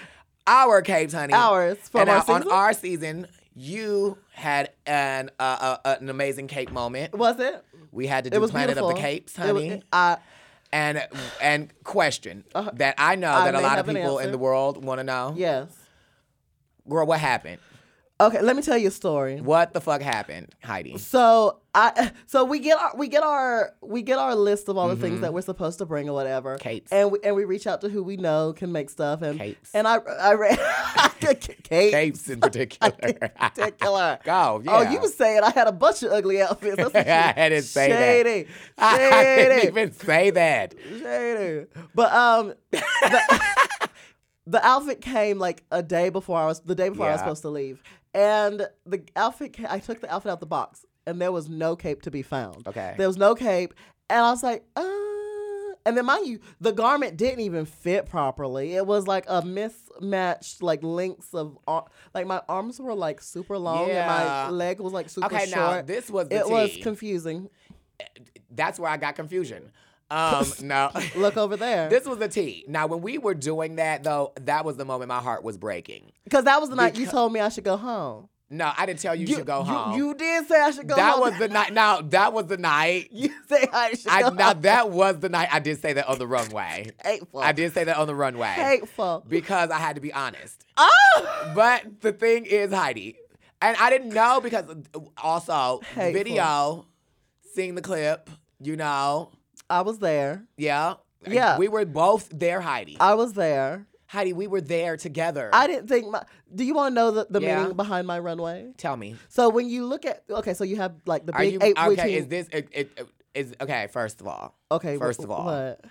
[SPEAKER 4] our capes, honey.
[SPEAKER 5] Ours from
[SPEAKER 4] and
[SPEAKER 5] our
[SPEAKER 4] now on
[SPEAKER 5] season?
[SPEAKER 4] our season, you had an uh, uh, uh, an amazing cape moment.
[SPEAKER 5] Was it?
[SPEAKER 4] We had to do
[SPEAKER 5] It was
[SPEAKER 4] Planet
[SPEAKER 5] beautiful.
[SPEAKER 4] of the Capes,
[SPEAKER 5] It was-
[SPEAKER 4] honey.
[SPEAKER 5] I-
[SPEAKER 4] and and question that I know
[SPEAKER 5] I
[SPEAKER 4] that a
[SPEAKER 5] may
[SPEAKER 4] lot of
[SPEAKER 5] have an
[SPEAKER 4] people in
[SPEAKER 5] answer.
[SPEAKER 4] the world want to know.
[SPEAKER 5] yes.
[SPEAKER 4] Girl, what happened?
[SPEAKER 5] Okay, let me tell you a story.
[SPEAKER 4] What the fuck happened, Heidi?
[SPEAKER 5] So I so we get our we get our we get our list of all the things that we're supposed to bring or whatever.
[SPEAKER 4] Mm-hmm. Capes.
[SPEAKER 5] And we and we reach out to who we know can make stuff and
[SPEAKER 4] Capes.
[SPEAKER 5] and I I read Kate
[SPEAKER 4] Capes in particular.
[SPEAKER 5] particular.
[SPEAKER 4] Go, yeah.
[SPEAKER 5] Oh, you were saying I had a bunch of ugly outfits. That's what you-
[SPEAKER 4] I didn't say that.
[SPEAKER 5] shady,
[SPEAKER 4] I didn't
[SPEAKER 5] Shady.
[SPEAKER 4] even say that.
[SPEAKER 5] Shady. But um the, the outfit came like a day before I was the day before I was
[SPEAKER 4] Yeah.
[SPEAKER 5] supposed to leave. And the outfit ca- I took the outfit out the box and there was no cape to be found.
[SPEAKER 4] Okay.
[SPEAKER 5] There was no cape and I was like, uh and then mind you, the garment didn't even fit properly. It was like a mismatched like lengths of ar- like my arms were like super long and
[SPEAKER 4] Yeah.
[SPEAKER 5] my leg was like super
[SPEAKER 4] Okay,
[SPEAKER 5] short.
[SPEAKER 4] now this was the
[SPEAKER 5] it was
[SPEAKER 4] tea.
[SPEAKER 5] confusing.
[SPEAKER 4] That's where I got confusion. Um, no.
[SPEAKER 5] Look over there.
[SPEAKER 4] This was the tea. Now, when we were doing that, though, that was the moment my heart was breaking.
[SPEAKER 5] Because that was the night you told me I should go home.
[SPEAKER 4] No, I didn't tell you, you should go home.
[SPEAKER 5] You did say I should go
[SPEAKER 4] that
[SPEAKER 5] home.
[SPEAKER 4] was the night. Now, that was the night.
[SPEAKER 5] you say I should
[SPEAKER 4] I,
[SPEAKER 5] go
[SPEAKER 4] now,
[SPEAKER 5] home.
[SPEAKER 4] that was the night I did say that on the runway.
[SPEAKER 5] hateful.
[SPEAKER 4] I did say that on the runway.
[SPEAKER 5] Hateful.
[SPEAKER 4] Because I had to be honest.
[SPEAKER 5] oh!
[SPEAKER 4] But the thing is, Heidi, and I didn't know because also,
[SPEAKER 5] Hateful.
[SPEAKER 4] video, seeing the clip, you know,
[SPEAKER 5] I was there.
[SPEAKER 4] yeah.
[SPEAKER 5] Yeah.
[SPEAKER 4] We were both there, Heidi.
[SPEAKER 5] I was there.
[SPEAKER 4] Heidi, we were there together.
[SPEAKER 5] I didn't think my. Do you want to know the, the
[SPEAKER 4] Yeah.
[SPEAKER 5] meaning behind my runway?
[SPEAKER 4] Tell me.
[SPEAKER 5] So when you look at okay, so you have like the
[SPEAKER 4] Are
[SPEAKER 5] big
[SPEAKER 4] you
[SPEAKER 5] eight
[SPEAKER 4] okay?
[SPEAKER 5] week
[SPEAKER 4] Is this it, it, is okay? First of all,
[SPEAKER 5] okay? wh-
[SPEAKER 4] first of all, uh,
[SPEAKER 5] what?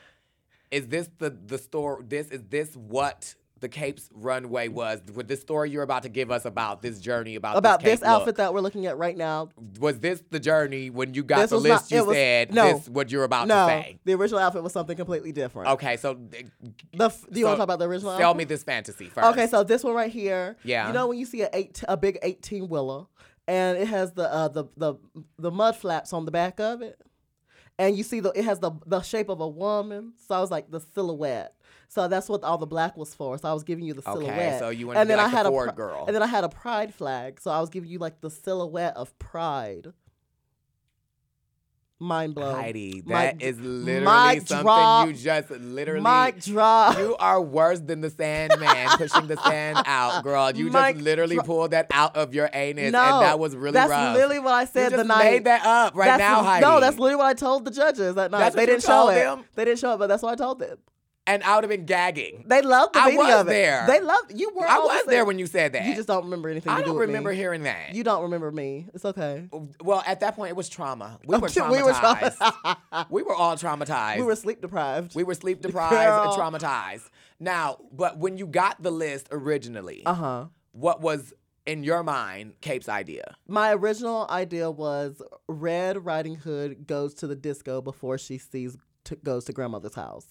[SPEAKER 4] is this the the story? This is this what the Cape's runway was with the story you're about to give us about this journey about
[SPEAKER 5] about
[SPEAKER 4] this,
[SPEAKER 5] this,
[SPEAKER 4] Cape
[SPEAKER 5] outfit
[SPEAKER 4] look.
[SPEAKER 5] that we're looking at right now?
[SPEAKER 4] was this the journey when you got
[SPEAKER 5] This
[SPEAKER 4] the
[SPEAKER 5] was not-
[SPEAKER 4] list you
[SPEAKER 5] it was-
[SPEAKER 4] said
[SPEAKER 5] no.
[SPEAKER 4] this what you're about
[SPEAKER 5] no,
[SPEAKER 4] to say?
[SPEAKER 5] the original outfit was something completely different.
[SPEAKER 4] Okay, so uh,
[SPEAKER 5] The f- do you
[SPEAKER 4] so
[SPEAKER 5] want to talk about the original?
[SPEAKER 4] Tell
[SPEAKER 5] outfit?
[SPEAKER 4] me this fantasy first.
[SPEAKER 5] Okay, so this one right here.
[SPEAKER 4] Yeah.
[SPEAKER 5] You know when you see a eight a big eighteen wheeler and it has the uh the the the mud flaps on the back of it. and you see the it has the the shape of a woman. So I was like the silhouette. So that's what all the black was for. So I was giving you the
[SPEAKER 4] Okay,
[SPEAKER 5] silhouette.
[SPEAKER 4] so you wanted to be like the Ford
[SPEAKER 5] a pri-
[SPEAKER 4] girl.
[SPEAKER 5] And then I had a pride flag. So I was giving you like the silhouette of pride. Mind blown.
[SPEAKER 4] Heidi,
[SPEAKER 5] Mic-
[SPEAKER 4] that is literally
[SPEAKER 5] mic
[SPEAKER 4] something
[SPEAKER 5] drop.
[SPEAKER 4] you just literally.
[SPEAKER 5] Mic drop.
[SPEAKER 4] You are worse than the Sandman pushing the sand out, girl. You
[SPEAKER 5] Mic
[SPEAKER 4] just literally
[SPEAKER 5] drop.
[SPEAKER 4] pulled that out of your anus,
[SPEAKER 5] No,
[SPEAKER 4] and that was really
[SPEAKER 5] that's
[SPEAKER 4] rough.
[SPEAKER 5] literally what I
[SPEAKER 4] you
[SPEAKER 5] said
[SPEAKER 4] just
[SPEAKER 5] the night.
[SPEAKER 4] made that up right
[SPEAKER 5] That's-
[SPEAKER 4] now, Heidi.
[SPEAKER 5] No, that's literally what I told the judges that night.
[SPEAKER 4] That's
[SPEAKER 5] they
[SPEAKER 4] what you
[SPEAKER 5] didn't show
[SPEAKER 4] told
[SPEAKER 5] it.
[SPEAKER 4] them?
[SPEAKER 5] They didn't show it, but that's what I told them.
[SPEAKER 4] and I would have been gagging.
[SPEAKER 5] They loved the
[SPEAKER 4] I
[SPEAKER 5] meaning
[SPEAKER 4] was
[SPEAKER 5] of it.
[SPEAKER 4] there.
[SPEAKER 5] They loved you were.
[SPEAKER 4] I
[SPEAKER 5] all
[SPEAKER 4] was
[SPEAKER 5] the
[SPEAKER 4] there
[SPEAKER 5] same.
[SPEAKER 4] when you said that.
[SPEAKER 5] You just don't remember anything.
[SPEAKER 4] I
[SPEAKER 5] to do
[SPEAKER 4] don't
[SPEAKER 5] with me.
[SPEAKER 4] remember hearing that.
[SPEAKER 5] You don't remember me. It's okay.
[SPEAKER 4] well, at that point, it was trauma. We were traumatized.
[SPEAKER 5] Oh, We were
[SPEAKER 4] We were all traumatized.
[SPEAKER 5] we were sleep deprived.
[SPEAKER 4] We were sleep deprived,
[SPEAKER 5] Girl.
[SPEAKER 4] and traumatized. Now, but when you got the list originally,
[SPEAKER 5] uh huh.
[SPEAKER 4] what was in your mind Cape's idea?
[SPEAKER 5] My original idea was Red Riding Hood goes to the disco before she sees t- goes to grandmother's house.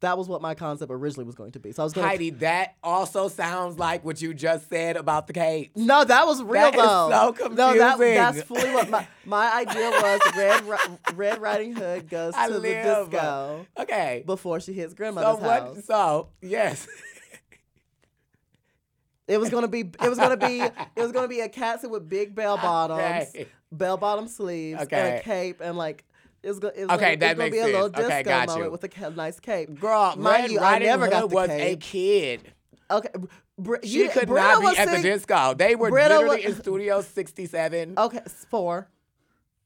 [SPEAKER 5] That was what my concept originally was going to be. So I was going to
[SPEAKER 4] Heidi, that also sounds like what you just said about the Cape.
[SPEAKER 5] No, that was real
[SPEAKER 4] That is
[SPEAKER 5] though.
[SPEAKER 4] so
[SPEAKER 5] No, that,
[SPEAKER 4] confusing.
[SPEAKER 5] that's fully what my, my idea was. Red Ri- Red Riding Hood goes
[SPEAKER 4] I
[SPEAKER 5] to the
[SPEAKER 4] live.
[SPEAKER 5] disco
[SPEAKER 4] Okay.
[SPEAKER 5] before she hits
[SPEAKER 4] So
[SPEAKER 5] grandmother's
[SPEAKER 4] what?
[SPEAKER 5] house.
[SPEAKER 4] So yes.
[SPEAKER 5] It was gonna be it was gonna be it was gonna be a catsuit with big bell bottoms,
[SPEAKER 4] Okay.
[SPEAKER 5] bell bottom sleeves, and
[SPEAKER 4] Okay.
[SPEAKER 5] a cape, and like. It was, go- it was
[SPEAKER 4] Okay,
[SPEAKER 5] gonna, it was
[SPEAKER 4] that
[SPEAKER 5] gonna be
[SPEAKER 4] makes
[SPEAKER 5] a little
[SPEAKER 4] sense.
[SPEAKER 5] disco
[SPEAKER 4] Okay, got
[SPEAKER 5] moment
[SPEAKER 4] you.
[SPEAKER 5] with a ca- nice cape.
[SPEAKER 4] Girl,
[SPEAKER 5] Mind
[SPEAKER 4] Red
[SPEAKER 5] you, I
[SPEAKER 4] Riding
[SPEAKER 5] never
[SPEAKER 4] Hood
[SPEAKER 5] got the
[SPEAKER 4] was a
[SPEAKER 5] cape.
[SPEAKER 4] kid.
[SPEAKER 5] Okay, Br-
[SPEAKER 4] She
[SPEAKER 5] you-
[SPEAKER 4] could
[SPEAKER 5] Britta
[SPEAKER 4] not
[SPEAKER 5] was
[SPEAKER 4] be at the
[SPEAKER 5] sing-
[SPEAKER 4] disco. They were
[SPEAKER 5] Britta
[SPEAKER 4] literally
[SPEAKER 5] was-
[SPEAKER 4] in Studio 67.
[SPEAKER 5] Okay, s- four,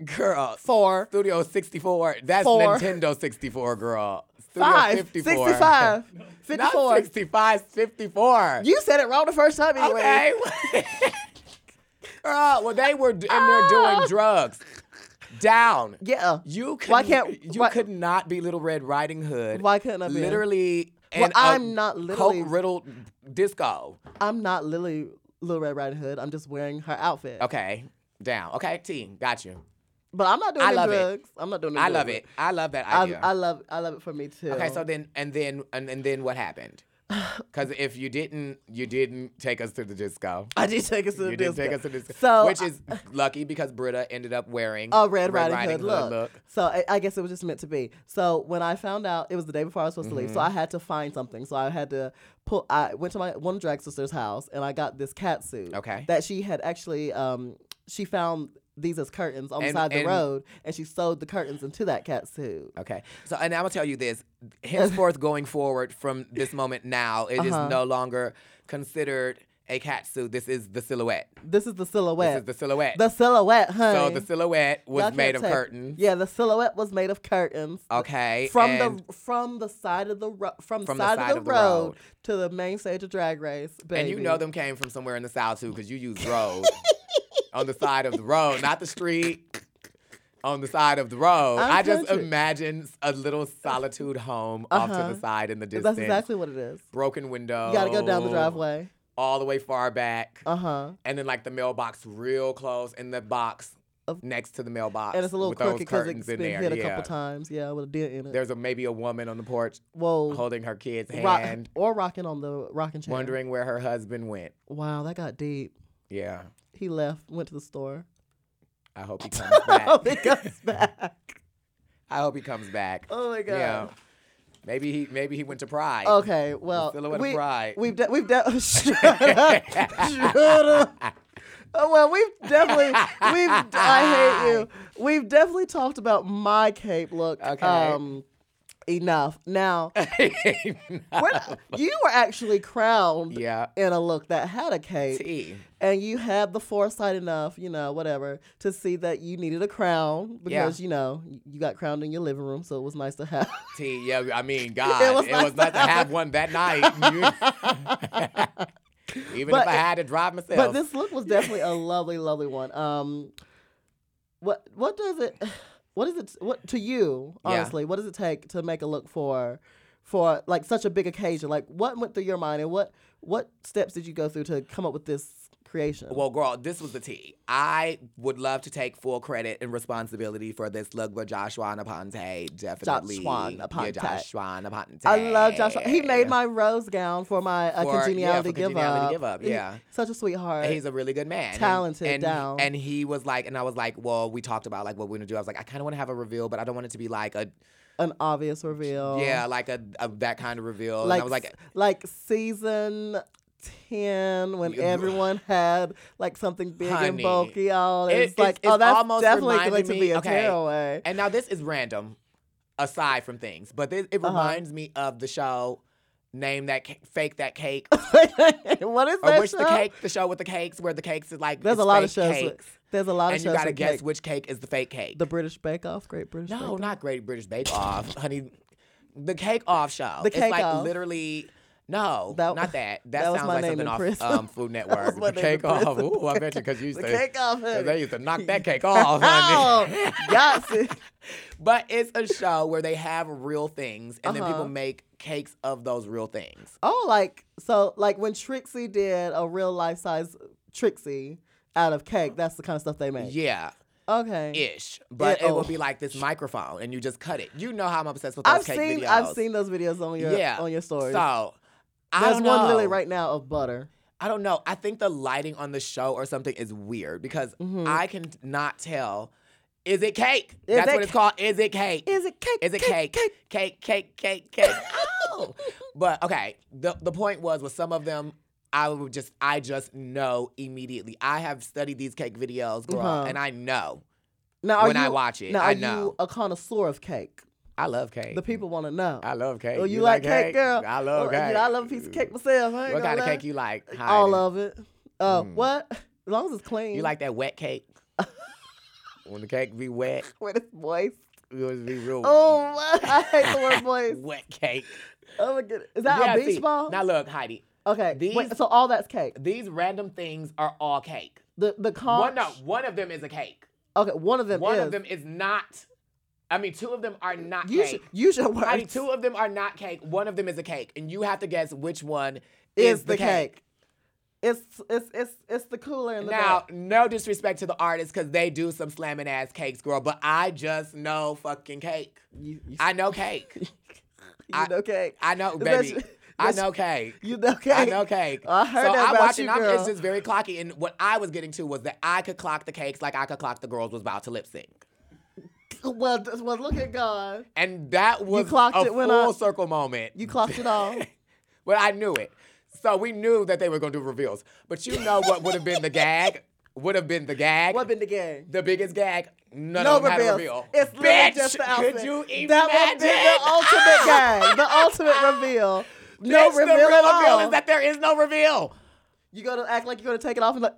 [SPEAKER 4] Girl,
[SPEAKER 5] four,
[SPEAKER 4] Studio 64. That's
[SPEAKER 5] Four.
[SPEAKER 4] Nintendo 64, girl. Studio
[SPEAKER 5] five,
[SPEAKER 4] 54.
[SPEAKER 5] 65, 54.
[SPEAKER 4] Not 65, 54.
[SPEAKER 5] You said it wrong the first time anyway.
[SPEAKER 4] okay. Girl, well, they were d- in there
[SPEAKER 5] Ah.
[SPEAKER 4] doing drugs. Down.
[SPEAKER 5] Yeah.
[SPEAKER 4] You could,
[SPEAKER 5] Why can't-
[SPEAKER 4] you
[SPEAKER 5] why-
[SPEAKER 4] could not be Little Red Riding Hood.
[SPEAKER 5] Why couldn't I be?
[SPEAKER 4] Literally.
[SPEAKER 5] Well,
[SPEAKER 4] in a
[SPEAKER 5] I'm not literally-
[SPEAKER 4] riddled disco.
[SPEAKER 5] I'm not Lily Little Red Riding Hood. I'm just wearing her outfit.
[SPEAKER 4] Okay, down. Okay, T, got you.
[SPEAKER 5] But I'm not doing
[SPEAKER 4] I
[SPEAKER 5] any
[SPEAKER 4] love it.
[SPEAKER 5] drugs. I'm not doing any
[SPEAKER 4] I love
[SPEAKER 5] drugs.
[SPEAKER 4] it. I love that
[SPEAKER 5] I,
[SPEAKER 4] idea.
[SPEAKER 5] I love I love it for me too.
[SPEAKER 4] okay, so then and then and, and then what happened? Because if you didn't, you didn't take us to the disco.
[SPEAKER 5] I did take us to the
[SPEAKER 4] you
[SPEAKER 5] disco.
[SPEAKER 4] didn't take us to the disco,
[SPEAKER 5] So uh,
[SPEAKER 4] which is lucky because Britta ended up wearing
[SPEAKER 5] a Red, Riding, Hood, look.
[SPEAKER 4] look.
[SPEAKER 5] So I, I guess it was just meant to be. So when I found out it was the day before I was supposed to leave, so I
[SPEAKER 4] Mm-hmm.
[SPEAKER 5] had to find something. So I had to pull. I went to my one drag sister's house and I got this cat suit.
[SPEAKER 4] Okay.
[SPEAKER 5] That she had actually um she found these as curtains on the
[SPEAKER 4] And-
[SPEAKER 5] side of the
[SPEAKER 4] and-
[SPEAKER 5] road and she sewed the curtains into that cat suit.
[SPEAKER 4] Okay, so and I'm gonna tell you this: henceforth, going forward from this moment now, it
[SPEAKER 5] Uh-huh.
[SPEAKER 4] is no longer considered a cat suit. This is the silhouette.
[SPEAKER 5] This is the
[SPEAKER 4] This
[SPEAKER 5] silhouette.
[SPEAKER 4] is the silhouette.
[SPEAKER 5] The silhouette,
[SPEAKER 4] so
[SPEAKER 5] honey.
[SPEAKER 4] the silhouette
[SPEAKER 5] Y'all
[SPEAKER 4] was
[SPEAKER 5] can't
[SPEAKER 4] made of
[SPEAKER 5] take-
[SPEAKER 4] curtains.
[SPEAKER 5] Yeah, the silhouette was made of curtains.
[SPEAKER 4] Okay.
[SPEAKER 5] From
[SPEAKER 4] and-
[SPEAKER 5] the from the side of the ro- from,
[SPEAKER 4] From
[SPEAKER 5] the side, of the, road, to the main stage of Drag Race, baby.
[SPEAKER 4] And you know them came from somewhere in the South too, because you use road on the side of the road, not the street. On the side of the road,
[SPEAKER 5] I'm
[SPEAKER 4] i just
[SPEAKER 5] country.
[SPEAKER 4] imagine a little solitude home off to
[SPEAKER 5] Uh-huh.
[SPEAKER 4] the side in the distance.
[SPEAKER 5] That's exactly what it is.
[SPEAKER 4] Broken window.
[SPEAKER 5] You gotta go down the
[SPEAKER 4] Oh.
[SPEAKER 5] driveway.
[SPEAKER 4] all the way far back,
[SPEAKER 5] Uh huh.
[SPEAKER 4] and then like the mailbox real close, and the box
[SPEAKER 5] Of-
[SPEAKER 4] next to the mailbox.
[SPEAKER 5] And it's a little
[SPEAKER 4] with those
[SPEAKER 5] crooked because
[SPEAKER 4] curtains
[SPEAKER 5] it's
[SPEAKER 4] in
[SPEAKER 5] been
[SPEAKER 4] there.
[SPEAKER 5] hit a
[SPEAKER 4] yeah.
[SPEAKER 5] couple times. Yeah, with a deer in it.
[SPEAKER 4] There's a maybe a woman on the porch
[SPEAKER 5] Whoa.
[SPEAKER 4] holding her kid's
[SPEAKER 5] Rock-
[SPEAKER 4] hand,
[SPEAKER 5] or rocking on the rocking chair.
[SPEAKER 4] wondering where her husband went.
[SPEAKER 5] Wow, that got deep.
[SPEAKER 4] Yeah,
[SPEAKER 5] He left, went to the store.
[SPEAKER 4] I hope he comes back.
[SPEAKER 5] Oh, it comes back.
[SPEAKER 4] I hope he comes back.
[SPEAKER 5] Oh my god. Oh,
[SPEAKER 4] Yeah. Maybe he maybe he went to Pride.
[SPEAKER 5] Okay, well,
[SPEAKER 4] silhouette of
[SPEAKER 5] we,
[SPEAKER 4] pride.
[SPEAKER 5] we've de- we've de- shut up, shut up. Oh, well, we've definitely we've I hate you. We've definitely talked about my cape look.
[SPEAKER 4] Okay.
[SPEAKER 5] Um, enough. Now, we're not- you were actually crowned
[SPEAKER 4] Yeah.
[SPEAKER 5] in a look that had a cape,
[SPEAKER 4] T.
[SPEAKER 5] and you had the foresight enough, you know, whatever, to see that you needed a crown because you know you- you got crowned in your living room, so it was nice to have.
[SPEAKER 4] T. Yeah, I mean, God,
[SPEAKER 5] It
[SPEAKER 4] it
[SPEAKER 5] was
[SPEAKER 4] was,
[SPEAKER 5] nice
[SPEAKER 4] nice
[SPEAKER 5] to
[SPEAKER 4] to
[SPEAKER 5] have
[SPEAKER 4] have one that night. Even
[SPEAKER 5] But-
[SPEAKER 4] if I had to drive myself.
[SPEAKER 5] But this look was definitely a lovely, lovely one. Um, what what does it? What is it? What to you
[SPEAKER 4] Yeah.
[SPEAKER 5] honestly? What does it take to make a look for, for like such a big occasion? Like what went through your mind and what what steps did you go through to come up with this creation.
[SPEAKER 4] Well, girl, this was the tea. I would love to take full credit and responsibility for this Lugba Joshua Aponte. Definitely.
[SPEAKER 5] Joshua Naponte.
[SPEAKER 4] Yeah, Joshua Naponte.
[SPEAKER 5] I love Josh. He made my rose gown for my uh,
[SPEAKER 4] For- yeah, for
[SPEAKER 5] congeniality, give,
[SPEAKER 4] Congeniality
[SPEAKER 5] up.
[SPEAKER 4] Give Up,
[SPEAKER 5] He-
[SPEAKER 4] yeah.
[SPEAKER 5] such a sweetheart.
[SPEAKER 4] He's a really good man. And-
[SPEAKER 5] Talented
[SPEAKER 4] and,
[SPEAKER 5] down.
[SPEAKER 4] And he was like, and I was like, well, we talked about like what we're gonna do. I was like, I kind of want to have a reveal, but I don't want it to be like a
[SPEAKER 5] an obvious reveal.
[SPEAKER 4] yeah, like a, a that kind of reveal. and I was like,
[SPEAKER 5] Oh. like season ten when
[SPEAKER 4] You-
[SPEAKER 5] everyone had like something big and
[SPEAKER 4] Honey,
[SPEAKER 5] bulky on.
[SPEAKER 4] it-
[SPEAKER 5] It's like,
[SPEAKER 4] it's-
[SPEAKER 5] oh,
[SPEAKER 4] it's
[SPEAKER 5] that's
[SPEAKER 4] almost
[SPEAKER 5] definitely
[SPEAKER 4] reminded
[SPEAKER 5] going to
[SPEAKER 4] me-
[SPEAKER 5] be a
[SPEAKER 4] okay.
[SPEAKER 5] tearaway.
[SPEAKER 4] and now this is random, aside from things, but this, it
[SPEAKER 5] Uh-huh.
[SPEAKER 4] reminds me of the show. Name that Ca- fake that cake,
[SPEAKER 5] what is
[SPEAKER 4] or
[SPEAKER 5] that?
[SPEAKER 4] which the
[SPEAKER 5] show?
[SPEAKER 4] cake, the show with the cakes, where the cakes is like
[SPEAKER 5] There's
[SPEAKER 4] it's
[SPEAKER 5] a lot of
[SPEAKER 4] fake
[SPEAKER 5] shows. with-
[SPEAKER 4] cakes,
[SPEAKER 5] there's a lot of
[SPEAKER 4] and you
[SPEAKER 5] shows.
[SPEAKER 4] gotta
[SPEAKER 5] with
[SPEAKER 4] guess
[SPEAKER 5] cake.
[SPEAKER 4] which cake is the fake cake.
[SPEAKER 5] the British Bake Off, Great British Bake
[SPEAKER 4] No,
[SPEAKER 5] Off.
[SPEAKER 4] not Great British Bake Off, honey. The Cake Off show.
[SPEAKER 5] The Cake
[SPEAKER 4] it's like
[SPEAKER 5] Off.
[SPEAKER 4] literally. No,
[SPEAKER 5] That-
[SPEAKER 4] not that. That,
[SPEAKER 5] that was
[SPEAKER 4] sounds
[SPEAKER 5] my
[SPEAKER 4] like
[SPEAKER 5] name
[SPEAKER 4] something
[SPEAKER 5] in
[SPEAKER 4] off
[SPEAKER 5] prison.
[SPEAKER 4] um, Food Network.
[SPEAKER 5] my
[SPEAKER 4] the
[SPEAKER 5] name in
[SPEAKER 4] Cake Off.
[SPEAKER 5] prison.
[SPEAKER 4] Ooh, I bet you because you used
[SPEAKER 5] The
[SPEAKER 4] to.
[SPEAKER 5] Cake Off, honey.
[SPEAKER 4] They used to knock that cake off, honey.
[SPEAKER 5] yes. it-
[SPEAKER 4] but it's a show where they have real things, and then people
[SPEAKER 5] Uh-huh.
[SPEAKER 4] make cakes of those real things.
[SPEAKER 5] Oh, like so, like when Trixie did a real life size Trixie out of cake. That's the kind of stuff they make.
[SPEAKER 4] Yeah,
[SPEAKER 5] Okay.
[SPEAKER 4] ish. But
[SPEAKER 5] Yeah,
[SPEAKER 4] it will
[SPEAKER 5] oh.
[SPEAKER 4] be like this microphone, and you just cut it. You know how I'm obsessed with those
[SPEAKER 5] I've
[SPEAKER 4] cake
[SPEAKER 5] seen
[SPEAKER 4] videos.
[SPEAKER 5] I've seen those videos on your
[SPEAKER 4] yeah
[SPEAKER 5] on your stories.
[SPEAKER 4] So I
[SPEAKER 5] There's
[SPEAKER 4] don't
[SPEAKER 5] one
[SPEAKER 4] know.
[SPEAKER 5] literally right now of butter.
[SPEAKER 4] I don't know. I think the lighting on the show or something is weird because
[SPEAKER 5] Mm-hmm.
[SPEAKER 4] I can not tell. Is it cake?
[SPEAKER 5] Mm. Is
[SPEAKER 4] That's
[SPEAKER 5] it
[SPEAKER 4] what it's called. Is it cake?
[SPEAKER 5] Is it cake?
[SPEAKER 4] Is it cake? Cake, cake, cake, cake. oh. But okay. The the point was with some of them, I would just I just know immediately. I have studied these cake videos, girl,
[SPEAKER 5] Uh-huh.
[SPEAKER 4] and I know.
[SPEAKER 5] Now, are
[SPEAKER 4] when I
[SPEAKER 5] you-
[SPEAKER 4] watch it,
[SPEAKER 5] now,
[SPEAKER 4] I
[SPEAKER 5] are you
[SPEAKER 4] know.
[SPEAKER 5] a connoisseur of cake?
[SPEAKER 4] I love cake.
[SPEAKER 5] The people want to know.
[SPEAKER 4] I love cake.
[SPEAKER 5] Oh, you, like, cake, girl?
[SPEAKER 4] I love
[SPEAKER 5] Oh,
[SPEAKER 4] cake.
[SPEAKER 5] Yeah, I love a piece of cake myself. I ain't
[SPEAKER 4] What
[SPEAKER 5] gonna
[SPEAKER 4] kind of
[SPEAKER 5] lie.
[SPEAKER 4] cake you like?
[SPEAKER 5] All
[SPEAKER 4] Heidi?
[SPEAKER 5] of it. Oh, what? As long as it's clean.
[SPEAKER 4] You like that wet cake? when the cake be wet,
[SPEAKER 5] with his voice?
[SPEAKER 4] it would be real
[SPEAKER 5] Oh, what? I hate the word voice.
[SPEAKER 4] wet cake.
[SPEAKER 5] Oh my goodness. Is that
[SPEAKER 4] Yeah,
[SPEAKER 5] a beach
[SPEAKER 4] see,
[SPEAKER 5] ball?
[SPEAKER 4] Now look, Heidi.
[SPEAKER 5] okay.
[SPEAKER 4] these-
[SPEAKER 5] Wait, so all that's cake.
[SPEAKER 4] These random things are all cake.
[SPEAKER 5] The the conch.
[SPEAKER 4] One no, one of them is a cake.
[SPEAKER 5] Okay, one of them
[SPEAKER 4] One
[SPEAKER 5] is.
[SPEAKER 4] of them is not. I mean, two of them are not
[SPEAKER 5] use,
[SPEAKER 4] cake.
[SPEAKER 5] your- use your words.
[SPEAKER 4] Heidi, two of them are not cake. One of them is a cake, and you have to guess which one
[SPEAKER 5] is the cake. It's it's it's it's the cooler in the
[SPEAKER 4] Now,
[SPEAKER 5] back.
[SPEAKER 4] no disrespect to the artists because they do some slamming ass cakes, girl, but I just know fucking cake.
[SPEAKER 5] You, you,
[SPEAKER 4] I know cake.
[SPEAKER 5] you
[SPEAKER 4] I-
[SPEAKER 5] know cake.
[SPEAKER 4] I know,
[SPEAKER 5] Is that
[SPEAKER 4] baby.
[SPEAKER 5] you-
[SPEAKER 4] I
[SPEAKER 5] that's-
[SPEAKER 4] know cake.
[SPEAKER 5] you know cake.
[SPEAKER 4] I know cake.
[SPEAKER 5] I heard
[SPEAKER 4] so
[SPEAKER 5] that
[SPEAKER 4] I'm
[SPEAKER 5] about
[SPEAKER 4] watching.
[SPEAKER 5] you,
[SPEAKER 4] I'm,
[SPEAKER 5] girl.
[SPEAKER 4] it's just very clocky. And what I was getting to was that I could clock the cakes like I could clock the girls was about to lip sync.
[SPEAKER 5] Well, th- well, look at God.
[SPEAKER 4] And that was
[SPEAKER 5] clocked
[SPEAKER 4] a
[SPEAKER 5] it when I-
[SPEAKER 4] full circle moment.
[SPEAKER 5] You clocked it all.
[SPEAKER 4] But I knew it. So we knew that they were going to do reveals. But you know what would have been the gag? Would have been the gag.
[SPEAKER 5] what been the game?
[SPEAKER 4] the biggest gag? None
[SPEAKER 5] no
[SPEAKER 4] of them had a
[SPEAKER 5] reveals.
[SPEAKER 4] reveal.
[SPEAKER 5] It's
[SPEAKER 4] Bitch,
[SPEAKER 5] literally just the outfit.
[SPEAKER 4] could you imagine?
[SPEAKER 5] That would be the ultimate game. The ultimate reveal. No
[SPEAKER 4] Bitch,
[SPEAKER 5] reveal
[SPEAKER 4] the real
[SPEAKER 5] at
[SPEAKER 4] reveal
[SPEAKER 5] all.
[SPEAKER 4] is that there is no reveal.
[SPEAKER 5] you gonna act like you're gonna take it off and like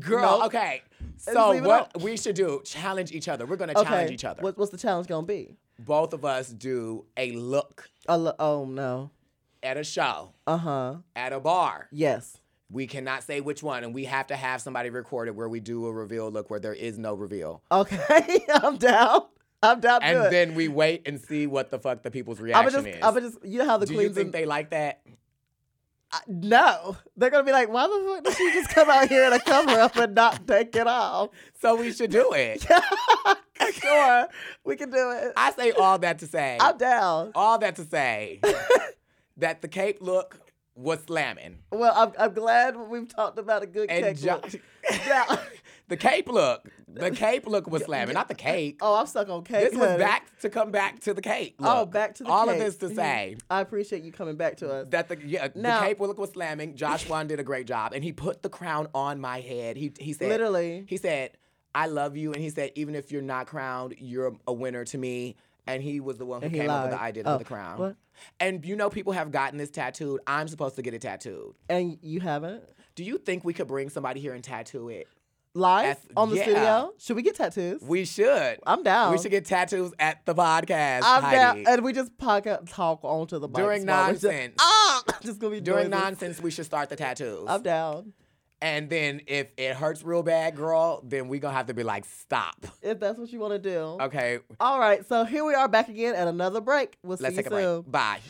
[SPEAKER 4] Girl,
[SPEAKER 5] No.
[SPEAKER 4] okay.
[SPEAKER 5] just
[SPEAKER 4] So
[SPEAKER 5] leave it
[SPEAKER 4] what
[SPEAKER 5] up.
[SPEAKER 4] we should do? Challenge each other. We're gonna
[SPEAKER 5] okay.
[SPEAKER 4] challenge each other.
[SPEAKER 5] What, what's the challenge gonna be?
[SPEAKER 4] Both of us do a look
[SPEAKER 5] I lo- oh no.
[SPEAKER 4] at a show,
[SPEAKER 5] Uh huh.
[SPEAKER 4] at a bar.
[SPEAKER 5] Yes.
[SPEAKER 4] We cannot say which one, and we have to have somebody record it where we do a reveal look where there is no reveal,
[SPEAKER 5] Okay. I'm down. I'm down. to
[SPEAKER 4] and
[SPEAKER 5] do it.
[SPEAKER 4] then we wait and see what the fuck the people's
[SPEAKER 5] I'm
[SPEAKER 4] reaction
[SPEAKER 5] just.
[SPEAKER 4] is.
[SPEAKER 5] I'm just. You know how the
[SPEAKER 4] do you
[SPEAKER 5] queens
[SPEAKER 4] think
[SPEAKER 5] in-
[SPEAKER 4] they like that?
[SPEAKER 5] I- no, they're gonna be like, why the fuck did she just come out here in a cover up and not take it off?
[SPEAKER 4] So we should do it.
[SPEAKER 5] Sure, we can do it.
[SPEAKER 4] I say all that to say,
[SPEAKER 5] I'm down.
[SPEAKER 4] all that to say, that the cape look was slamming.
[SPEAKER 5] Well, I'm, I'm glad we've talked about a good
[SPEAKER 4] And
[SPEAKER 5] cake.
[SPEAKER 4] jo-
[SPEAKER 5] look. Yeah.
[SPEAKER 4] The cape look. The cape look was slamming, not the cake.
[SPEAKER 5] Oh, I'm stuck on cake.
[SPEAKER 4] This was
[SPEAKER 5] honey.
[SPEAKER 4] back to come back to the cape. Look.
[SPEAKER 5] Oh, back to the
[SPEAKER 4] All
[SPEAKER 5] cake.
[SPEAKER 4] of this to
[SPEAKER 5] Mhm.
[SPEAKER 4] say
[SPEAKER 5] I appreciate you coming back to us.
[SPEAKER 4] that the yeah,
[SPEAKER 5] Now-
[SPEAKER 4] the cape look was slamming. Josh Wan did a great job, and he put the crown on my head. He he said
[SPEAKER 5] Literally.
[SPEAKER 4] He said, "I love you," and he said, "Even if you're not crowned, you're a winner to me." And he was the one who
[SPEAKER 5] And he
[SPEAKER 4] came up with the
[SPEAKER 5] lied.
[SPEAKER 4] idea
[SPEAKER 5] Oh,
[SPEAKER 4] for the crown.
[SPEAKER 5] what?
[SPEAKER 4] And you know, people have gotten this tattooed. I'm supposed to get it tattooed.
[SPEAKER 5] And you haven't?
[SPEAKER 4] Do you think we could bring somebody here and tattoo it?
[SPEAKER 5] Live
[SPEAKER 4] That's-
[SPEAKER 5] on the
[SPEAKER 4] yeah.
[SPEAKER 5] studio? Should we get tattoos?
[SPEAKER 4] We should.
[SPEAKER 5] I'm down.
[SPEAKER 4] We should get tattoos at the podcast.
[SPEAKER 5] I'm
[SPEAKER 4] Heidi.
[SPEAKER 5] down. And we just podcast, talk onto the mics
[SPEAKER 4] During
[SPEAKER 5] while we just-
[SPEAKER 4] nonsense.
[SPEAKER 5] Ah! Just gonna be
[SPEAKER 4] During
[SPEAKER 5] noises.
[SPEAKER 4] nonsense, we should start the tattoos.
[SPEAKER 5] I'm down.
[SPEAKER 4] And then if it hurts real bad, girl, then we gonna have to be like, stop.
[SPEAKER 5] If that's what you want to do.
[SPEAKER 4] Okay,
[SPEAKER 5] All right. So here we are back again at another break. We'll
[SPEAKER 4] let's
[SPEAKER 5] see
[SPEAKER 4] take a
[SPEAKER 5] you soon.
[SPEAKER 4] break. Bye.